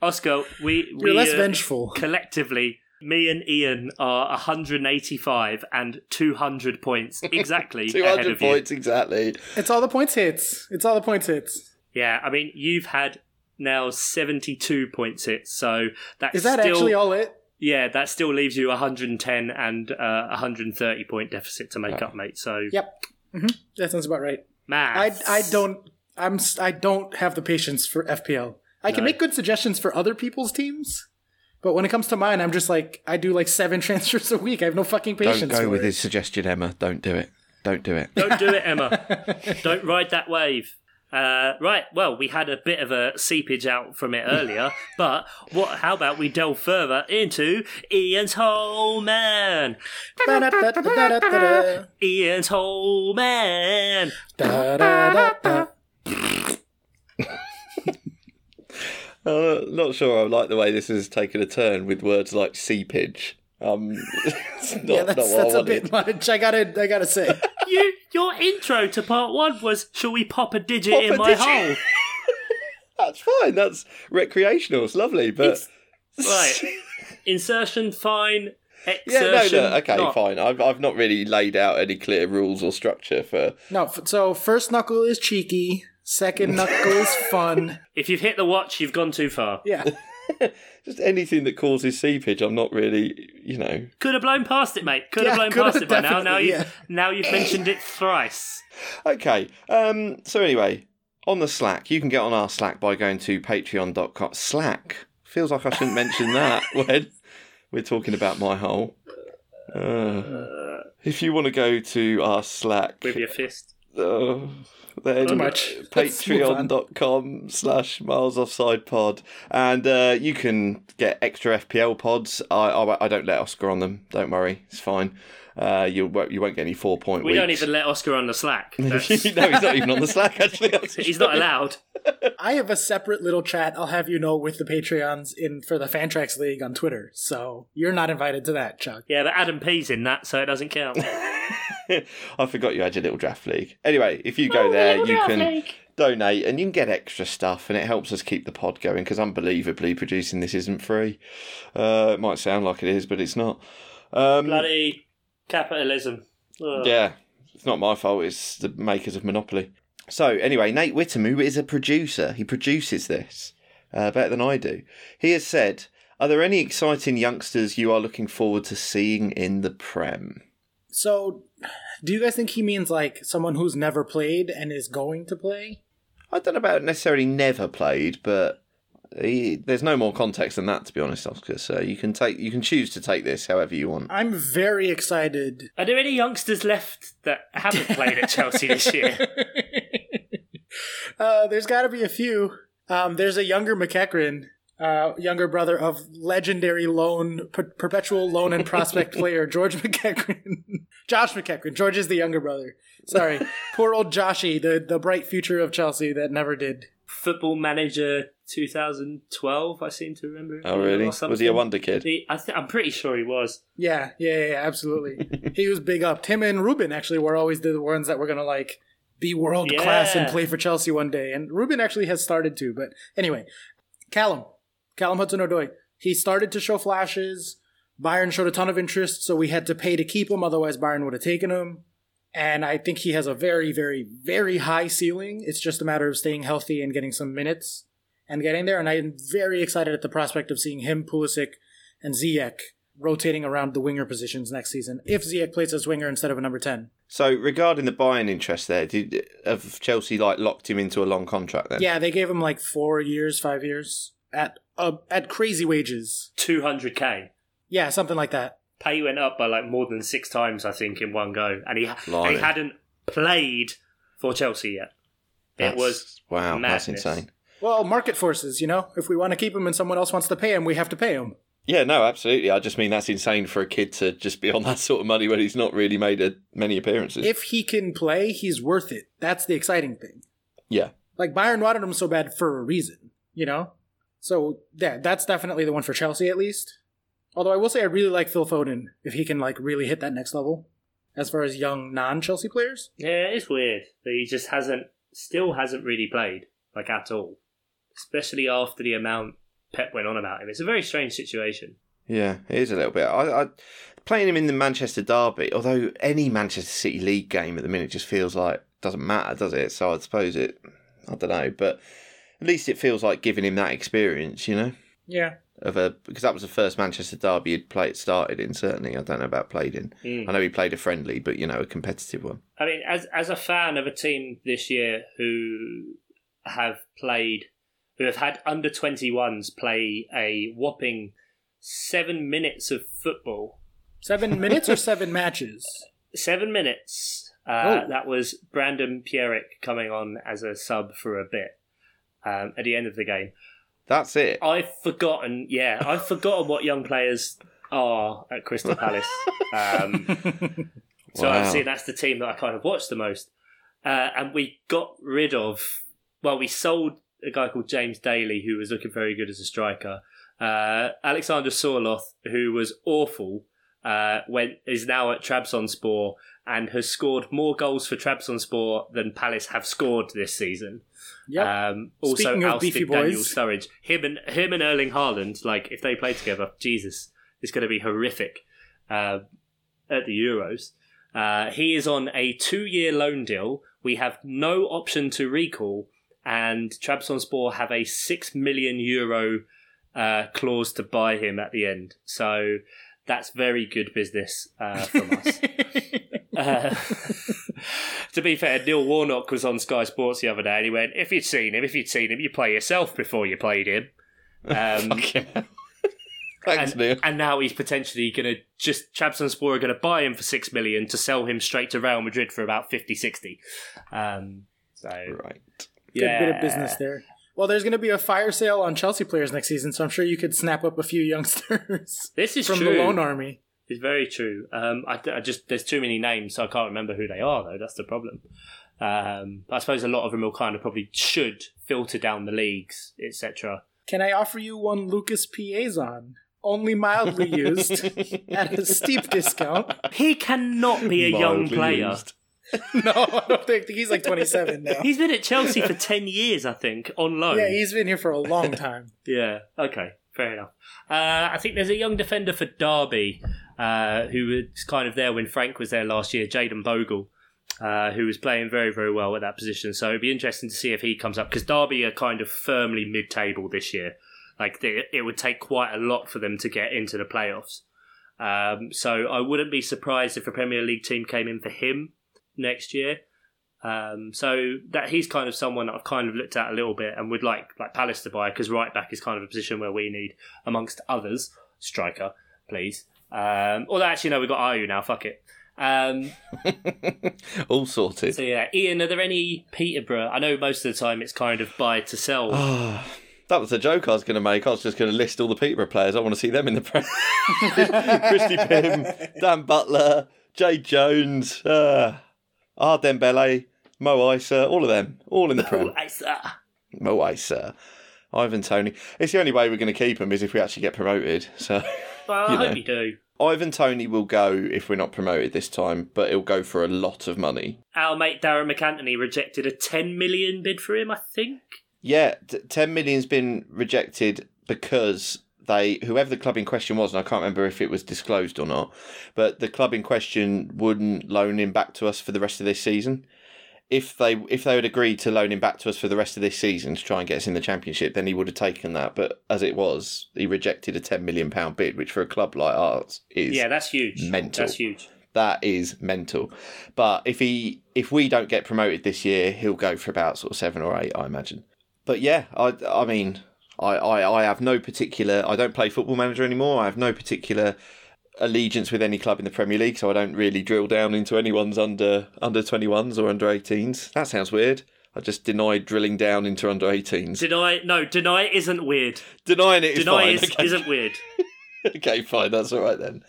B: Oscar, we we
A: less
B: uh,
A: vengeful.
B: collectively. Me and Ian are 185 and 200 points exactly ahead
C: 200
B: of you.
C: points, exactly.
A: It's all the points hits. It's all the points hits.
B: Yeah, I mean, you've had now 72 points hit, so that's
A: Is that
B: still,
A: actually all it?
B: Yeah, that still leaves you 110 and uh, 130 point deficit to make up, mate. So,
A: Yep. hmm That sounds about right. I,
B: maths.
A: I don't I'm s- I don't have the patience for FPL. I can
B: No.
A: make good suggestions for other people's teams, but when it comes to mine, I'm just like I do like seven transfers a week. I have no fucking patience.
C: Don't go
A: for
C: with
A: it.
C: his suggestion, Emma. Don't do it. Don't do it.
B: Don't do it, Emma. don't ride that wave. Uh, right. Well, we had a bit of a seepage out from it earlier, but what? How about we delve further into Ian's whole man?
A: Da-da-da-da-da-da-da.
B: Ian's whole man.
A: Da-da-da-da.
C: I'm Uh, not sure I like the way this has taken a turn with words like seepage. Um, it's not,
A: Yeah,
C: not
A: that's
C: what
A: that's
C: I
A: a
C: wanted.
A: bit much. I gotta I gotta say.
B: You, your intro to part one was, "Shall we pop a digit
C: Pop
B: in
C: a
B: my
C: digit."
B: hole?"
C: That's fine. That's recreational. It's lovely, but
B: It's- Right. Insertion fine.
C: yeah, no,
B: Exertion.
C: no. Okay,
B: not.
C: fine. I've I've not really laid out any clear rules or structure for.
A: No, f- so first knuckle is cheeky, second knuckle is fun.
B: If you've hit the watch, you've gone too far.
A: Yeah.
C: Just anything that causes seepage, I'm not really, you know.
B: Could have blown past it, mate. Could
A: Yeah,
B: have blown
A: could
B: past
A: have
B: it by now. Now
A: definitely,
B: you,
A: yeah.
B: now you've mentioned it thrice.
C: Okay. Um. So anyway, on the Slack, you can get on our Slack by going to Patreon.com. Slack feels like I shouldn't mention that when we're talking about my hole. Uh, if you want to go to our Slack,
B: With your fist.
C: Oh, then
A: Too much. Let's move on.
C: patreon.com slash miles offside pod and uh, you can get extra fpl pods I, I i don't let oscar on them don't worry it's fine uh you won't you won't get any four point
B: We don't even let Oscar on the slack.
C: no
B: That's-
C: he's not even on the slack actually
B: he's not allowed.
A: I have a separate little chat. I'll have you know with the Patreons in for the Fantrax League on Twitter. So you're not invited to that, Chuck.
B: Yeah, but Adam P's in that, so it doesn't count.
C: I forgot you had your little draft league. Anyway, if you go there, you can donate and you can get extra stuff, and it helps us keep the pod going because unbelievably, producing this isn't free. Uh, it might sound like it is, but it's not. Um,
B: Bloody capitalism. Ugh.
C: yeah, it's not my fault. It's the makers of Monopoly. So anyway, Nate Whittam, who is a producer, he produces this uh, better than I do. He has said, Are there any exciting youngsters you are looking forward to seeing in the Prem?
A: So, do you guys think he means like someone who's never played and is going to play?
C: I don't know about necessarily never played, but he, there's no more context than that, to be honest, Oscar. So you can take, you can choose to take this however you
B: Uh,
C: want.
A: I'm very excited.
B: Are there any youngsters left that haven't played at Chelsea this year?
A: Uh, there's got to be a few. Um, there's a younger McEachran, uh, younger brother of legendary loan, per- perpetual loan and prospect player George McEachran. Josh McEachran. George is the younger brother. Sorry, poor old Joshy, the the bright future of Chelsea that never did.
B: Football Manager 2012, I seem to remember. it
C: Oh,
B: being,
C: really?
B: or something.
C: Was he a wonder kid?
B: He- I th- I'm pretty sure he was.
A: Yeah, yeah, yeah, yeah, absolutely. he was big up. Tim and Ruben actually were always the ones that were gonna like be world class and
B: Yeah.
A: play for Chelsea one day. And Ruben actually has started to, but anyway, Callum, Callum Hudson-Odoi, he started to show flashes. Byron showed a ton of interest, so we had to pay to keep him. Otherwise, Byron would have taken him. And I think he has a very, very, very high ceiling. It's just a matter of staying healthy and getting some minutes and getting there. And I'm very excited at the prospect of seeing him, Pulisic, and Ziyech rotating around the winger positions next season if Ziyech plays as winger instead of a number 10.
C: So regarding the buying interest there, did have Chelsea like locked him into a long contract then?
A: Yeah, they gave him like four years, five years at uh, at crazy wages.
B: 200k.
A: Yeah, something like that.
B: Pay went up by like more than six times, I think, in one go, and he
C: Blimey.
B: he hadn't played for Chelsea yet.
C: That's-
B: it was
C: wow,
B: madness.
C: that's insane.
A: Well, market forces, you know? If we want to keep him and someone else wants to pay him, we have to pay him.
C: Yeah, no, absolutely. I just mean that's insane for a kid to just be on that sort of money when he's not really made a, many appearances.
A: If he can play, he's worth it. That's the exciting thing.
C: yeah,
A: Like Byron wanted him so bad for a reason, you know? So yeah, that's definitely the one for Chelsea at least. Although I will say I really like Phil Foden if he can like really hit that next level as far as young non-Chelsea players.
B: yeah, it's weird that he just hasn't, still hasn't really played like at all, especially after the amount Pep went on about him. It's a very strange situation.
C: yeah, it is a little bit. I, I playing him in the Manchester derby, although any Manchester City league game at the minute just feels like doesn't matter, does it? So I suppose it. I don't know, but at least it feels like giving him that experience, you know,
A: Yeah.
C: of a because that was the first Manchester derby he'd played started in. Certainly, I don't know about played in.
B: Mm.
C: I know he played a friendly, but you know, a competitive one.
B: I mean, as as a fan of a team this year who have played, who have had under twenty ones play a whopping seven minutes of football,
A: 7 minutes or 7 matches?
B: seven minutes. Uh,
A: Oh.
B: That was Brandon Pierrick coming on as a sub for a bit um, at the end of the game.
C: That's it.
B: I've forgotten. Yeah, I've forgotten what young players are at Crystal Palace. Um, so
C: Wow.
B: obviously that's the team that I kind of watched the most. Uh, and we got rid of. Well, we sold a guy called James Daly who was looking very good as a striker. Uh, Alexander Sorloth, who was awful, uh, went is now at Trabzonspor and has scored more goals for Trabzonspor than Palace have scored this season.
A: Yep.
B: Um, also,
A: Speaking of
B: ousted
A: beefy
B: Daniel
A: boys.
B: Sturridge. Him and him and Erling Haaland, like if they play together, Jesus, it's going to be horrific uh, at the Euros. Uh, he is on a two-year loan deal. We have no option to recall, and Trabzonspor have a six million euro uh, clause to buy him at the end. So that's very good business uh, from us. Uh, to be fair, Neil Warnock was on Sky Sports the other day, and he went, "If you'd seen him, if you'd seen him, you play yourself before you played him." Um,
C: Okay. Thanks, Neil.
B: and, and now he's potentially going to just Trabzonspor are going to buy him for six million to sell him straight to Real Madrid for about 50, 60. Um, so
C: Right.
B: yeah,
A: good bit of business there. Well, there's going to be a fire sale on Chelsea players next season, so I'm sure you could snap up a few youngsters
B: This is
A: from
B: true.
A: the loan army.
B: It's very true. Um, I, I just there's too many names, so I can't remember who they are though. That's the problem. Um, but I suppose a lot of them will kind of probably should filter down the leagues, etc.
A: Can I offer you one Lucas Piazon? Only mildly used at a steep discount.
B: He cannot be a young
C: Mildly
B: player.
C: used.
A: No, I don't think he's like 27 now.
B: He's been at Chelsea for ten years, I think, on loan.
A: Yeah, he's been here for a long time.
B: Yeah, Okay. Fair enough. Uh, I think there's a young defender for Derby uh, who was kind of there when Frank was there last year, Jaden Bogle, uh, who was playing very, very well at that position. So it'd be interesting to see if he comes up because Derby are kind of firmly mid-table this year. Like they, it would take quite a lot for them to get into the playoffs. Um, so I wouldn't be surprised if a Premier League team came in for him next year. Um, so that he's kind of someone that I've kind of looked at a little bit and would like like Palace to buy because right back is kind of a position where we need, amongst others, striker, please. Um, although actually no, we've got Ayu now. Fuck it. Um,
C: All sorted.
B: so yeah, Ian, are there any Peterborough? I know most of the time it's kind of buy to sell.
C: Ah, that was the joke I was going to make. I was just going to list all the Peterborough players. I want to see them in the press. Christy Pym, Dan Butler, Jay Jones, uh, Arden Bele, Mo Isa, all of them, all in the Prem.
B: Hey, sir.
C: Mo Isa, Ivan Tony. It's the only way we're going to keep them is if we actually get promoted. So
B: Well, I
C: You
B: hope
C: know.
B: you do.
C: Ivan Tony will go if we're not promoted this time, but it'll go for a lot of money.
B: Our mate Darren McAntony rejected a 10 million bid for him, I think.
C: Yeah, t- ten million's been rejected because they, whoever the club in question was, and I can't remember if it was disclosed or not, but the club in question wouldn't loan him back to us for the rest of this season. If they if they would agree to loan him back to us for the rest of this season to try and get us in the championship, then he would have taken that. But as it was, he rejected a ten million pound bid, which for a club like ours is
B: Yeah, that's huge.
C: mental.
B: That's huge.
C: that is mental. But if he if we don't get promoted this year, he'll go for about sort of seven or eight, I imagine. But yeah, I I mean, I I, I have no particular. I don't play football manager anymore. I have no particular allegiance with any club in the Premier League, so I don't really drill down into anyone's under under twenty ones or under eighteens. That sounds weird. I just deny drilling down into under 18s.
B: Deny no, deny it isn't weird.
C: Denying it is
B: deny
C: fine.
B: is,
C: okay.
B: isn't weird.
C: okay, fine. That's all right then.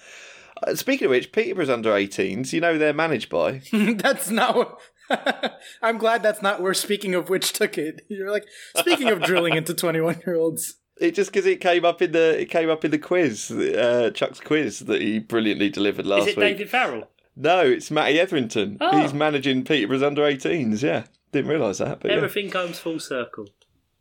C: Uh, speaking of which, Peterborough's under 18s. You know they're managed by.
A: that's not what. I'm glad that's not where speaking of which took it. You're like, speaking of drilling into 21 year olds.
C: It just because it came up in the it came up in the quiz, uh, Chuck's quiz that he brilliantly delivered
B: Is
C: last
B: it
C: week.
B: David Farrell?
C: No, it's Matty Etherington.
B: Oh.
C: He's managing Peterborough's under 18s. Yeah, didn't realise that, but yeah.
B: Everything comes full circle.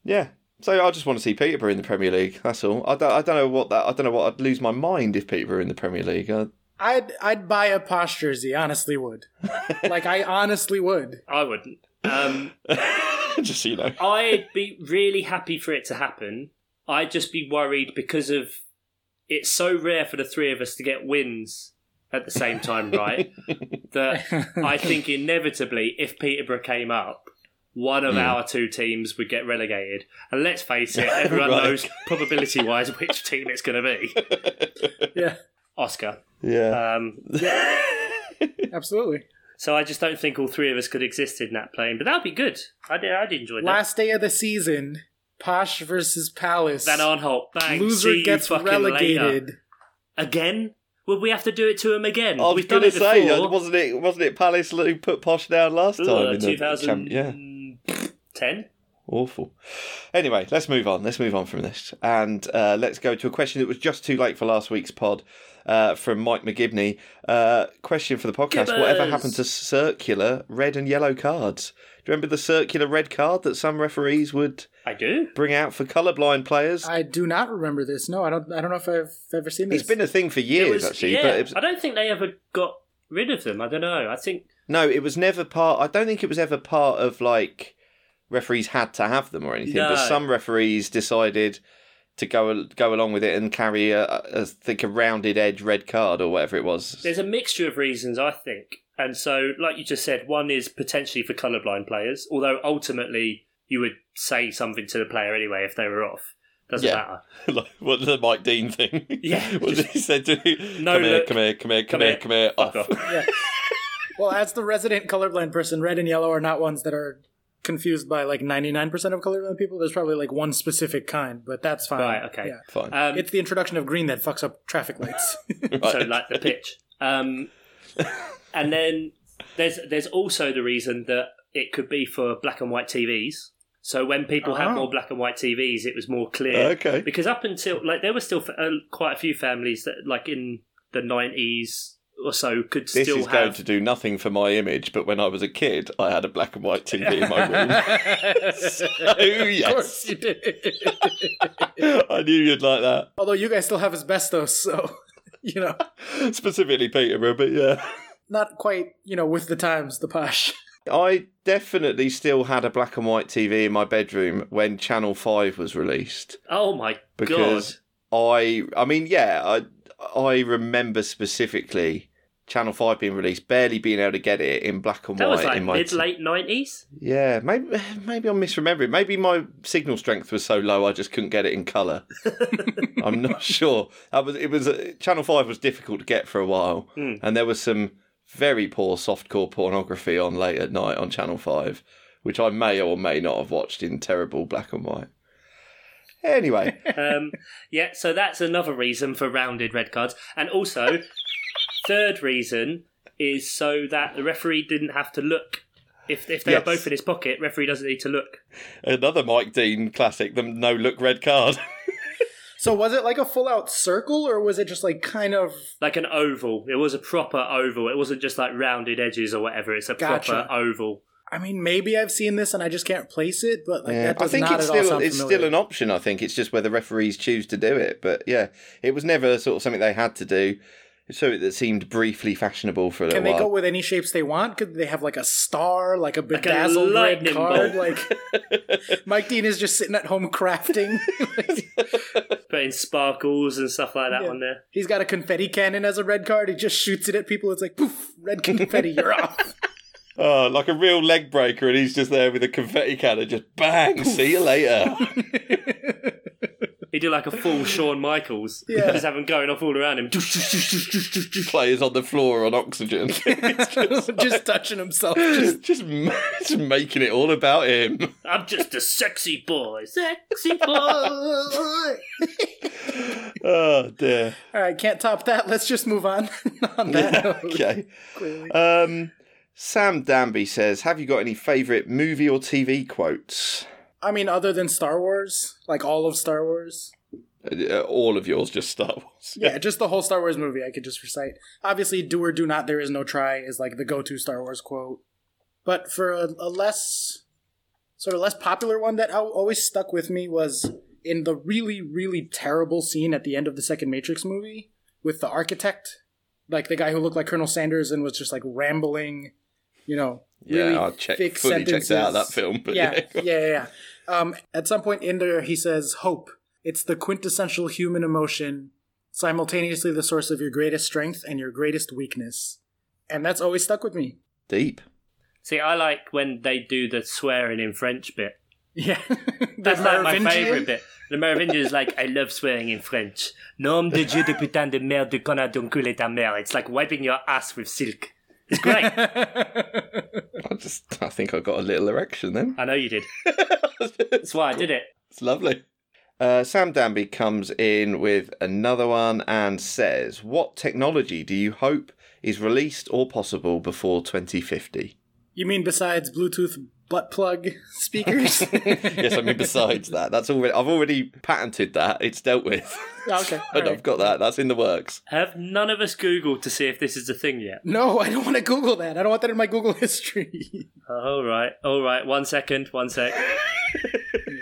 C: yeah. So I just want to see Peterborough in the Premier League. That's all. I don't, I don't know what that. I don't know what. I'd lose my mind if Peterborough in the Premier League. I,
A: I'd, I'd buy a posh jersey, honestly would. like, I honestly would.
B: I wouldn't. Um,
C: just so you know.
B: I'd be really happy for it to happen. I'd just be worried because of it's so rare for the three of us to get wins at the same time, right? that I think inevitably, if Peterborough came up, one
C: Hmm.
B: of our two teams would get relegated. And let's face it, everyone
C: Right.
B: knows probability wise which team it's going to be.
A: Yeah,
B: Oscar.
C: Yeah.
B: Um,
A: absolutely.
B: So I just don't think all three of us could exist in that plane, but that'd be good. I'd, I'd enjoy that.
A: Last day of the season, Posh versus Palace.
B: Van Arnholt, bang,
A: Loser
B: see you
A: gets
B: fucking
A: relegated.
B: later. again. Would we have to do it to him again?
C: I was
B: We've done
C: gonna
B: it
C: say, uh,
B: before.
C: wasn't it? Wasn't it Palace who put Posh down last time? in the champ- yeah.
B: 2010.
C: Awful. Anyway, let's move on. Let's move on from this. And uh, let's go to a question that was just too late for last week's pod uh, from Mike McGibney. Uh, question for the podcast
B: Gibbers.
C: Whatever happened to circular red and yellow cards? Do you remember the circular red card that some referees would
B: I do.
C: bring out for colourblind players?
A: I do not remember this. No, I don't. I don't know if I've ever seen this.
C: it's been a thing for years,
B: It was-
C: actually.
B: yeah,
C: but it was,
B: I don't think they ever got rid of them. I don't know. I think
C: no, it was never part. I don't think it was ever part of like referees had to have them or anything. But
B: No.
C: some referees decided to go go along with it and carry a, a think a rounded edge red card or whatever it was.
B: there's a mixture of reasons. I think, and so like you just said, one is potentially for colourblind players. Although ultimately, you would say something to the player anyway if they were off. Doesn't
C: Yeah.
B: matter.
C: like what the Mike Dean thing.
B: Yeah,
C: what did he say to you?
B: No
C: come, here,
B: look.
C: come here, come here, come
B: Come
C: here, Oh,
B: here.
C: come here,
B: Fuck
C: off.
B: off.
A: yeah. Well, as the resident colorblind person, red and yellow are not ones that are confused by like 99% of colorblind people. There's probably like one specific kind, but that's fine.
B: Right. Okay.
A: Yeah.
C: Fine.
B: Um,
A: It's the introduction of green that fucks up traffic lights.
B: so like the pitch. Um, and then there's there's also the reason that it could be for black and white TVs. So when people had
A: Oh.
B: more black and white TVs, it was more clear.
C: Ah. okay.
B: Because up until like there were still uh, quite a few families that like in the nineties or so could
C: This
B: still
C: is
B: have.
C: going to do nothing for my image, but when I was a kid, I had a black and white TV in my room.
A: of
C: so yes,
A: course you did.
C: I knew you'd like that.
A: Although you guys still have asbestos, so, you know,
C: specifically Peterborough, but yeah.
A: not quite, you know, with the times, the posh.
C: I definitely still had a black and white TV in my bedroom when Channel 5 was released.
B: Oh my
C: Because- I I mean, yeah, I I remember specifically Channel 5 being released, barely being able to get it in black and
B: god, that
C: white
B: was like
C: in my
B: mid late nineties.
C: Yeah, maybe maybe I'm misremembering. Maybe my signal strength was so low I just couldn't get it in colour. I'm not sure. That was it was uh, Channel Five was difficult to get for a while,
B: Hmm.
C: and there was some very poor softcore pornography on late at night on Channel Five, which I may or may not have watched in terrible black and white. Anyway,
B: Um, yeah, so that's another reason for rounded red cards, and also third reason is so that the referee didn't have to look. If if they
C: Yes.
B: are both in his pocket, referee doesn't need to look.
C: another Mike Dean classic: the no look red card.
A: So was it like a full out circle or was it just like kind of
B: Like an oval, it was a proper oval. It wasn't just like rounded edges or whatever. It's a
A: Gotcha.
B: proper oval.
A: I mean maybe I've seen this and I just can't place it, but like
C: Yeah,
A: that
C: I
A: does
C: think
A: not at
C: it's
A: all
C: still
A: sound
C: it's
A: familiar.
C: still an option. I think it's just whether referees choose to do it. But yeah, it was never sort of something they had to do. So it seemed briefly fashionable for a little
A: Can they
C: while.
A: go with any shapes they want? Could they have like a star, like a
B: a
A: bedazzled red
B: lightning
A: card?
B: bolt.
A: Like Mike Dean is just sitting at home crafting.
B: Putting sparkles and stuff like that
A: Yeah.
B: on there.
A: He's got a confetti cannon as a red card. He just shoots it at people. It's like poof, red confetti. You're off.
C: oh, like a real leg breaker, and he's just there with a confetti cannon, just bang. see you later.
B: He did like a full Shawn Michaels.
A: Yeah.
B: Just have him going off all around him.
C: Players on the floor on oxygen,
A: just touching himself. Just
C: just, ma- just making it all about him.
B: I'm just a sexy boy. Sexy boy.
C: Oh dear.
A: all right, can't top that. Let's just move on. on that note,
C: okay.
A: clearly.
C: Um, Sam Danby says, "Have you got any favourite movie or TV quotes?"
A: I mean, other than Star Wars, like all of Star Wars.
C: Uh, all of yours just Star Wars.
A: Yeah, just the whole Star Wars movie I could just recite. Obviously, do or do not, there is no try is like the go to Star Wars quote. But for a, a less sort of less popular one that al- always stuck with me was in the really, really terrible scene at the end of the second Matrix movie with the architect, like the guy who looked like Colonel Sanders and was just like rambling, you know.
C: Yeah,
A: really
C: I checked
A: thick
C: fully checked
A: sentences.
C: out that film, but
A: yeah,
C: yeah.
A: yeah, yeah. yeah. Um, at some point in there, he says, "Hope. It's the quintessential human emotion, simultaneously the source of your greatest strength and your greatest weakness." And that's always stuck with me.
C: deep.
B: See, I like when they do the swearing in French bit.
A: Yeah,
B: That's like my favourite bit. The Merovingian is like, I love swearing in French. Nom de Dieu de putain de merde de connard d'un cul et ta mère. It's like wiping your ass with silk. It's great.
C: I just, I think I got a little erection then.
B: I know you did. That's why I did it.
C: It's lovely. Uh, Sam Danby comes in with another one and says, "What technology do you hope is released or possible before 2050?"
A: you mean besides Bluetooth butt plug speakers? Oh,
C: yes, I mean besides that, that's already I've already patented that. It's dealt with.
A: okay.
C: and I've got that. That's in the works.
B: Have none of us Googled to see if this is a thing yet?
A: No, I don't want to Google that. I don't want that in my Google history.
B: All right, all right. One second, one sec.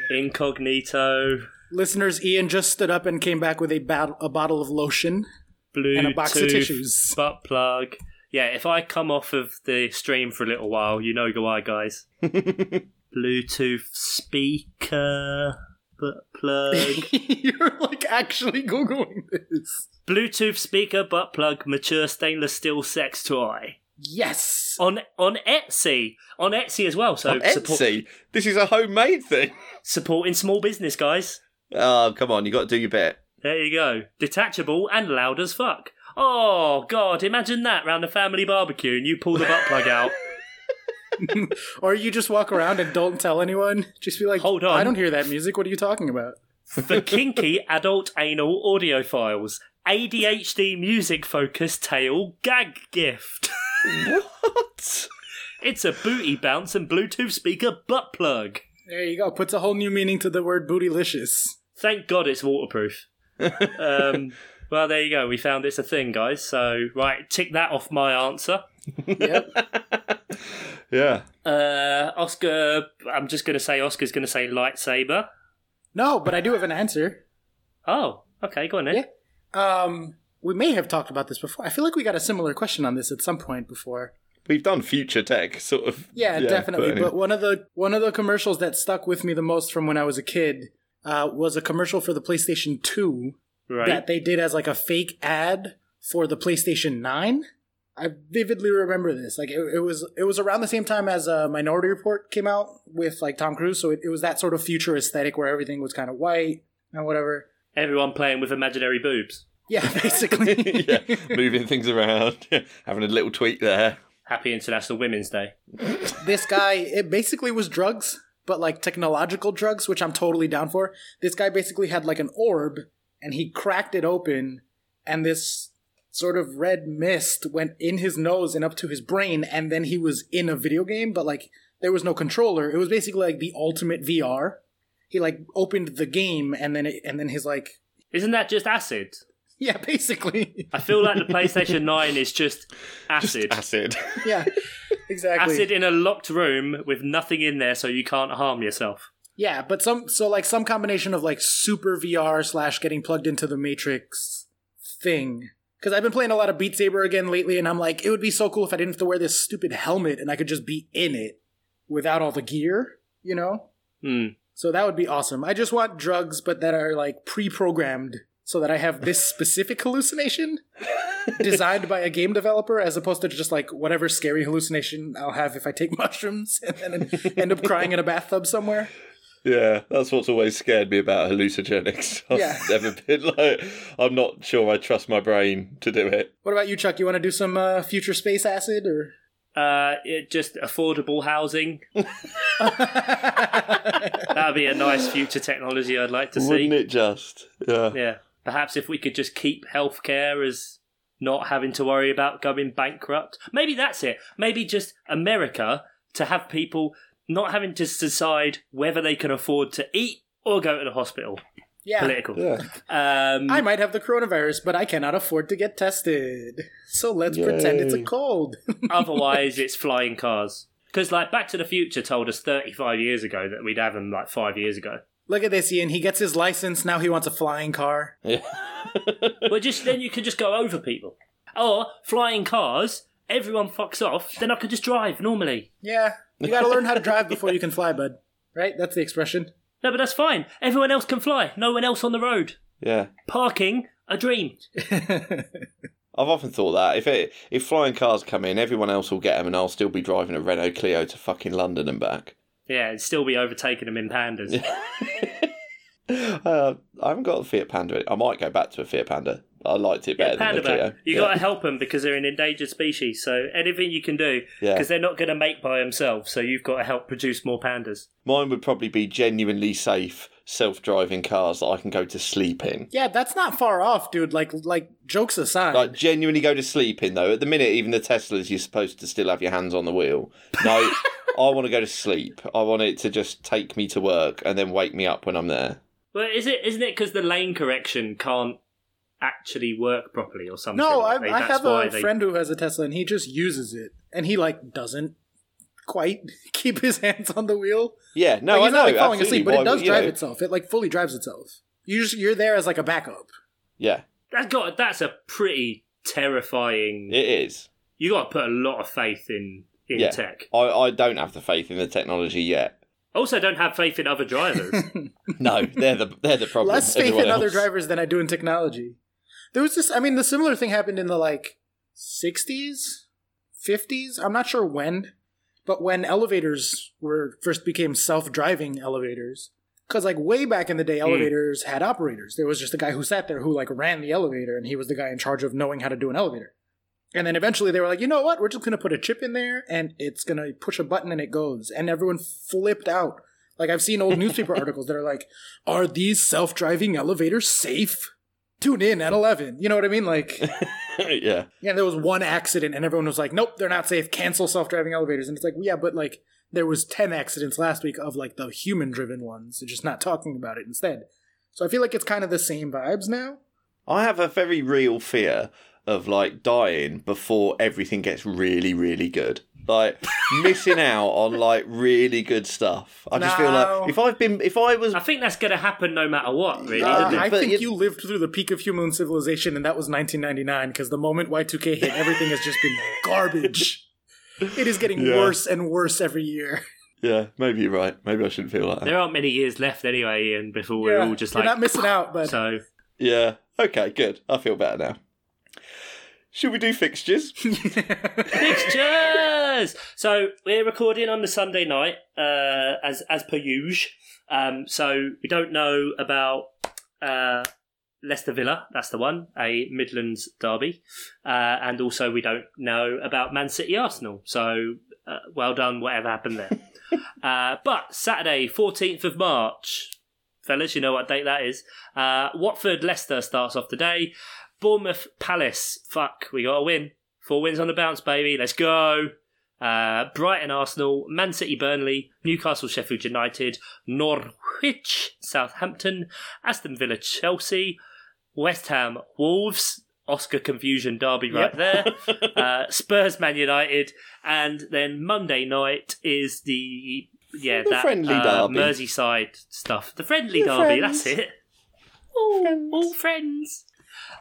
B: Incognito,
A: Listeners, Ian just stood up and came back with a, bat- a bottle of lotion.
B: Bluetooth,
A: a box of tissues.
B: butt plug. Yeah, if I come off of the stream for a little while, you know why, guys. Bluetooth speaker, butt plug.
A: You're like actually Googling this.
B: Bluetooth speaker, butt plug, mature stainless steel sex toy.
A: Yes.
B: On on Etsy, on Etsy as well. So
C: On
B: support-
C: Etsy, this is a homemade thing.
B: supporting small business, guys.
C: Oh, come on, you got to do your bit.
B: There you go. Detachable and loud as fuck. Oh, God, imagine that round a family barbecue and you pull the butt plug out.
A: Or you just walk around and don't tell anyone. Just be like,
B: Hold on.
A: I don't hear that music. What are you talking about?
B: For kinky adult anal audio files. ADHD music focused tail gag gift.
C: What?
B: It's a booty bounce and Bluetooth speaker butt plug.
A: There you go. Puts a whole new meaning to the word bootylicious.
B: Thank God it's waterproof. Um, well, there you go. We found it's a thing, guys. So, right, tick that off my answer.
A: Yep.
C: Yeah.
B: Uh, Oscar, I'm just going to say Oscar's going to say lightsaber.
A: no, but I do have an answer.
B: Oh, okay, go on then.
A: Yeah. Um, we may have talked about this before. I feel like we got a similar question on this at some point before.
C: We've done future tech, sort of.
A: Yeah, definitely.
C: anyway.
A: But one of the one of the commercials that stuck with me the most from when I was a kid uh, was a commercial for the PlayStation Two
B: Right.
A: that they did as like a fake ad for the PlayStation Nine. I vividly remember this. Like it, it was it was around the same time as uh, Minority Report came out with like Tom Cruise, so it, it was that sort of future aesthetic where everything was kind of white and whatever.
B: Everyone playing with imaginary boobs.
A: Yeah, basically.
C: yeah, moving things around, having a little tweak there.
B: Happy International Women's Day.
A: this guy it basically was drugs but like technological drugs which i'm totally down for this guy basically had like an orb and he cracked it open and this sort of red mist went in his nose and up to his brain and then he was in a video game but like there was no controller it was basically like the ultimate vr he like opened the game and then it, and then his like
B: Isn't that just acid?
A: yeah basically
B: I feel like the PlayStation 9 is just acid.
C: Acid.
A: yeah exactly
B: acid in a locked room with nothing in there so you can't harm yourself.
A: Yeah, but some so like some combination of like super VR slash getting plugged into the Matrix thing. Because I've been playing a lot of Beat Saber again lately, and I'm like, it would be so cool if I didn't have to wear this stupid helmet and I could just be in it without all the gear, you know?
B: Hmm.
A: So that would be awesome. I just want drugs, but that are like pre programmed so that I have this specific hallucination designed by a game developer as opposed to just like whatever scary hallucination I'll have if I take mushrooms and then end up crying in a bathtub somewhere.
C: Yeah, that's what's always scared me about hallucinogenics. I've
A: Yeah.
C: never been like, I'm not sure I trust my brain to do it.
A: What about you, Chuck? You want to do some uh, future space acid or?
B: Uh, it, just affordable housing. That'd be a nice future technology I'd like to see.
C: Wouldn't it just? Yeah.
B: Yeah. Perhaps if we could just keep healthcare as not having to worry about going bankrupt. Maybe that's it. Maybe just America to have people not having to decide whether they can afford to eat or go to the hospital.
A: Yeah,
B: Political. Um,
A: I might have the coronavirus, but I cannot afford to get tested. So let's pretend it's a cold.
B: otherwise, it's flying cars. Because, like, Back to the Future told us 35 years ago that we'd have them, like, five years ago.
A: Look at this, Ian. He gets his license now. He wants a flying car.
B: But just then you could just go over people. Or flying cars, everyone fucks off, then I could just drive normally.
A: Yeah, you got to learn how to drive before you can fly, bud. Right? That's the expression.
B: No, but that's fine. Everyone else can fly. No one else on the road.
C: Yeah.
B: Parking, a dream.
C: I've often thought that if it if flying cars come in, everyone else will get them, and I'll still be driving a Renault Clio to fucking London and back.
B: Yeah, and still be overtaking them in pandas.
C: Uh, I haven't got a Fiat Panda. I might go back to a Fiat Panda. I liked it better than
B: Panda
C: the Clio.
B: man, you
C: yeah.
B: got to help them because they're an endangered species. So anything you can do,
C: Yeah.
B: because they're not going to make by themselves. So you've got to help produce more pandas.
C: Mine would probably be genuinely safe, self-driving cars that I can go to sleep in.
A: Yeah, that's not far off, dude. Like, like jokes aside.
C: Like genuinely go to sleep in though. At the minute, even the Teslas, you're supposed to still have your hands on the wheel. No, I want to go to sleep. I want it to just take me to work and then wake me up when I'm there.
B: Well, is it? Isn't it because the lane correction can't actually work properly or something?
A: no, I,
B: They-
A: I
B: that's
A: have
B: why
A: a
B: they-
A: friend who has a Tesla, and he just uses it, and he like doesn't quite keep his hands on the wheel.
C: Yeah, no,
A: like,
C: I
A: he's
C: know.
A: not like falling
C: absolutely.
A: asleep, but
C: Why
A: it does
C: would- you
A: drive
C: know,
A: itself. It like fully drives itself. You just, you're there as like a backup.
C: Yeah,
B: That's got. That's a pretty terrifying.
C: it is.
B: You got to put a lot of faith in in
C: Yeah.
B: tech.
C: I, I don't have the faith in the technology yet.
B: Also, don't have faith in other drivers.
C: No, they're the they're the problem.
A: Less faith
C: Everyone
A: in other
C: else.
A: drivers than I do in technology. There was this. I mean, the similar thing happened in the like 60s, 50s. I'm not sure when, but when elevators were first became self-driving elevators. Because like way back in the day, elevators had operators. There was just a guy who sat there who like ran the elevator, and he was the guy in charge of knowing how to do an elevator. And then eventually they were like, you know what? We're just going to put a chip in there and it's going to push a button and it goes. And everyone flipped out. Like I've seen old newspaper articles that are like, are these self driving elevators safe? Tune in at 11. You know what I mean? Like,
C: yeah,
A: yeah, there was one accident and everyone was like, nope, they're not safe. Cancel self driving elevators. And it's like, yeah, but like there was 10 accidents last week of like the human driven ones. They're just not talking about it instead. So I feel like it's kind of the same vibes now.
C: I have a very real fear of like dying before everything gets really, really good. Like missing out on like really good stuff. I just feel
A: No.
C: like if I've been, if I was,
B: I think that's going to happen no matter what, really.
A: Uh,
C: but-
A: I
C: but
A: think
C: you-
A: you lived through the peak of human civilization, and that was 1999. Because the moment Y2K hit, everything has just been garbage. It is getting
C: Yeah.
A: worse and worse every year.
C: Yeah, maybe you're right. Maybe I shouldn't feel like that.
B: There aren't many years left anyway, and before we're
A: Yeah,
B: all just
A: you're
B: like
A: not missing out, but
B: so.
C: Yeah. Okay, good. I feel better now. Should we do fixtures?
B: Fixtures. So we're recording on the Sunday night, uh, as as per usual. Um, so we don't know about uh, Leicester Villa. That's the one, a Midlands derby, uh, and also we don't know about Man City Arsenal. So uh, well done, whatever happened there. uh, but Saturday, fourteenth of March, fellas, you know what date that is. Uh, Watford Leicester starts off the day. Bournemouth Palace. Fuck, we got to win. Four wins on the bounce, baby. Let's go. Uh, Brighton Arsenal, Man City Burnley, Newcastle Sheffield United, Norwich Southampton, Aston Villa Chelsea, West Ham Wolves. Oscar confusion derby right there. uh, Spurs Man United, and then Monday night is the yeah
C: The
B: that
C: friendly
B: uh,
C: derby.
B: Merseyside stuff. The friendly
C: The
B: derby.
C: friends.
B: That's it. All all friends.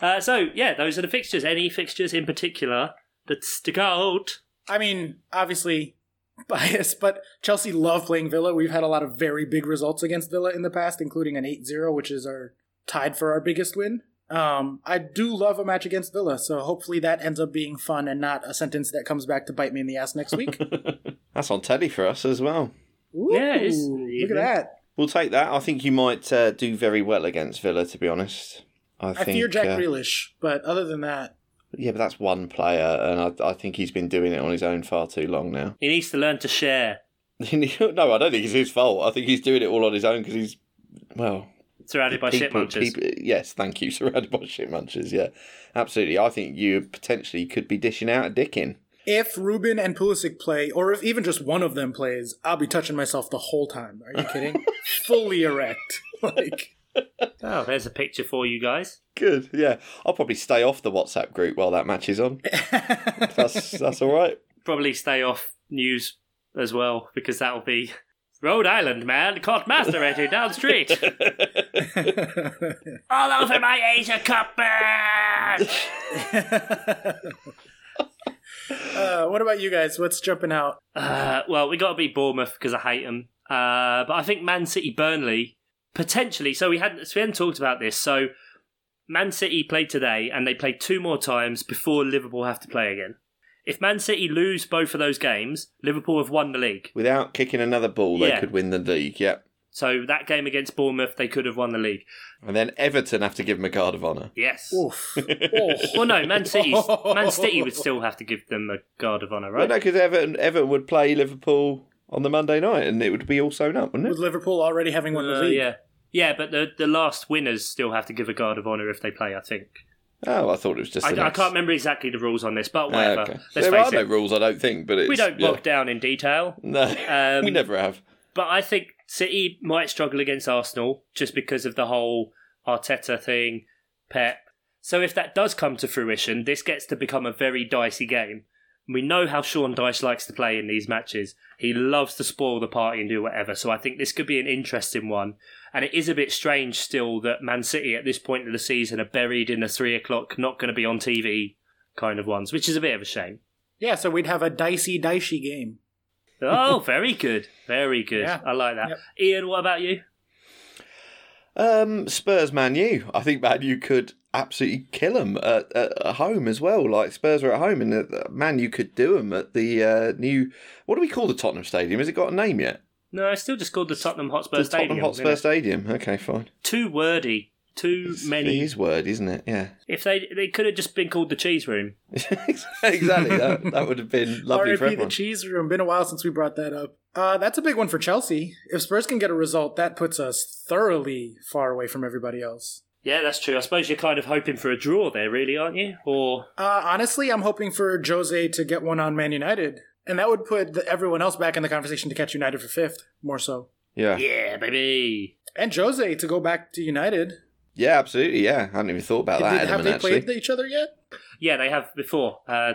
B: Uh, so yeah, those are the fixtures. Any fixtures in particular that stick out?
A: I mean, obviously bias, but Chelsea love playing Villa. We've had a lot of very big results against Villa in the past, including an 8-0, which is our tied for our biggest win. Um, I do love a match against Villa, so hopefully that ends up being fun and not a sentence that comes back to bite me in the ass next week.
C: That's on telly for us as well.
A: Ooh,
B: Yeah, it is.
A: look at that.
C: We'll take that. I think you might uh, do very well against Villa, to be honest. I,
A: I
C: think,
A: fear Jack
C: uh,
A: Grealish, but other than that,
C: Yeah, but that's one player, and I, I think he's been doing it on his own far too long now.
B: He needs to learn to share.
C: no, I don't think it's his fault. I think he's doing it all on his own because he's, well,
B: Surrounded by shit
C: people-
B: munchers.
C: people- yes, thank you. Surrounded by shit munchers. Yeah, absolutely. I think you potentially could be dishing out a dickin.
A: if Rubin and Pulisic play, or if even just one of them plays, I'll be touching myself the whole time. Are you kidding? Fully erect. Like,
B: Oh, there's a picture for you guys.
C: Good. Yeah, I'll probably stay off the WhatsApp group while that match is on. That's that's all right.
B: Probably stay off news as well because that'll be Rhode Island man caught masturbating down street. All over my Asia Cup match.
A: uh, what about you guys? What's jumping out?
B: Uh, well, we got to beat Bournemouth because I hate them. Uh, but I think Man City, Burnley, potentially. So we hadn't so we hadn't talked about this. So Man City played today, and they played two more times before Liverpool have to play again. If Man City lose both of those games, Liverpool have won the league.
C: Without kicking another ball, they
B: Yeah.
C: could win the league. Yeah,
B: So that game against Bournemouth, they could have won the league.
C: and then Everton have to give him a guard of honour.
B: Yes.
A: Oof. Oh.
B: Well, no, Man City. Man City would still have to give them a guard of honour,
C: Right?
B: right?
C: No, because Everton Everton would play Liverpool on the Monday night, and it would be all sewn up, wouldn't
A: With
C: it?
A: Liverpool already having won the
B: Uh,
A: league.
B: yeah, yeah, but the the last winners still have to give a guard of honour if they play. I think.
C: Oh, I thought it was just.
B: I,
C: the
B: I
C: next-
B: can't remember exactly the rules on this, but
C: Ah,
B: whatever.
C: okay.
B: Let's
C: There are
B: face
C: no
B: it,
C: rules, I don't think, but it's,
B: we don't
C: yeah.
B: bog down in detail.
C: No,
B: Um,
C: we never have.
B: But I think City might struggle against Arsenal just because of the whole Arteta thing, Pep. So if that does come to fruition, this gets to become a very dicey game. We know how Sean Dyche likes to play in these matches. He loves to spoil the party and do whatever. So I think this could be an interesting one. And it is a bit strange still that Man City at this point of the season are buried in a three o'clock, not going to be on TV kind of ones, which is a bit of a shame.
A: Yeah, so we'd have a dicey, dicey game.
B: Oh, very good. Very good.
A: Yeah.
B: I like that.
A: Yep.
B: Ian, what about you?
C: Um, Spurs, Man U. I think Man U could absolutely kill them at, at, at home as well. Like Spurs are at home, and uh, Man U could do them at the uh, new. What do we call the Tottenham Stadium? Has it got a name yet?
B: No, I still just called the Tottenham Hotspur
C: the
B: Stadium.
C: Tottenham Hotspur
B: isn't it?
C: Stadium. Okay, fine.
B: Too wordy. Too
C: It
B: many.
C: is word, isn't it? Yeah,
B: If they they could have just been called the Cheese Room.
C: exactly. That, that would have been lovely
A: RIP
C: for
A: the
C: everyone.
A: cheese room. Been a while since we brought that up. Uh, that's a big one for Chelsea. If Spurs can get a result, that puts us thoroughly far away from everybody else.
B: Yeah, that's true. I suppose you're kind of hoping for a draw there, really, aren't you? Or
A: Uh, honestly, I'm hoping for Jose to get one on Man United, and that would put the, everyone else back in the conversation to catch United for fifth, more so.
C: Yeah,
B: yeah, baby.
A: And Jose to go back to United.
C: yeah, absolutely. Yeah, I hadn't even thought about that.
A: Did- have
C: element,
A: they
C: actually.
A: played each other yet?
B: Yeah, they have before. Uh,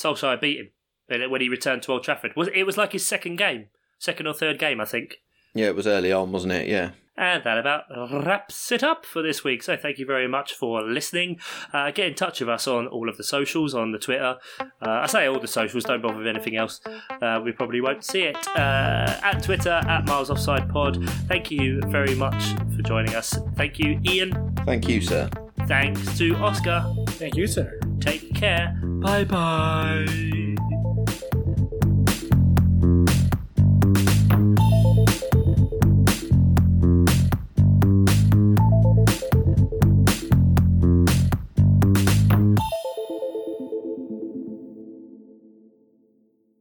B: Solskjaer beat him uh, when- when he returned to Old Trafford. Was it was like his second game, second or third game, I think.
C: Yeah, it was early on, wasn't it? Yeah.
B: And that about wraps it up for this week. So thank you very much for listening. Uh, get in touch with us on all of the socials, on the Twitter. Uh, I say all the socials, don't bother with anything else. Uh, we probably won't see it. Uh, at Twitter, at Miles Offside Pod. Thank you very much for joining us. Thank you, Ian.
C: Thank you, sir.
B: Thanks to Oscar.
A: Thank you, sir.
B: Take care. Bye bye.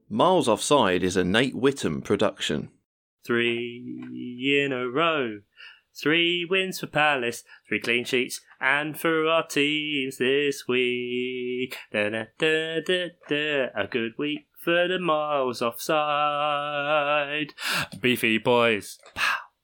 C: Miles Offside is a Nate Whittam production.
B: Three in a row. Three wins for Palace, three clean sheets, and for our teams this week. Da, da, da, da, da. A good week for the miles offside. Beefy boys. Pow.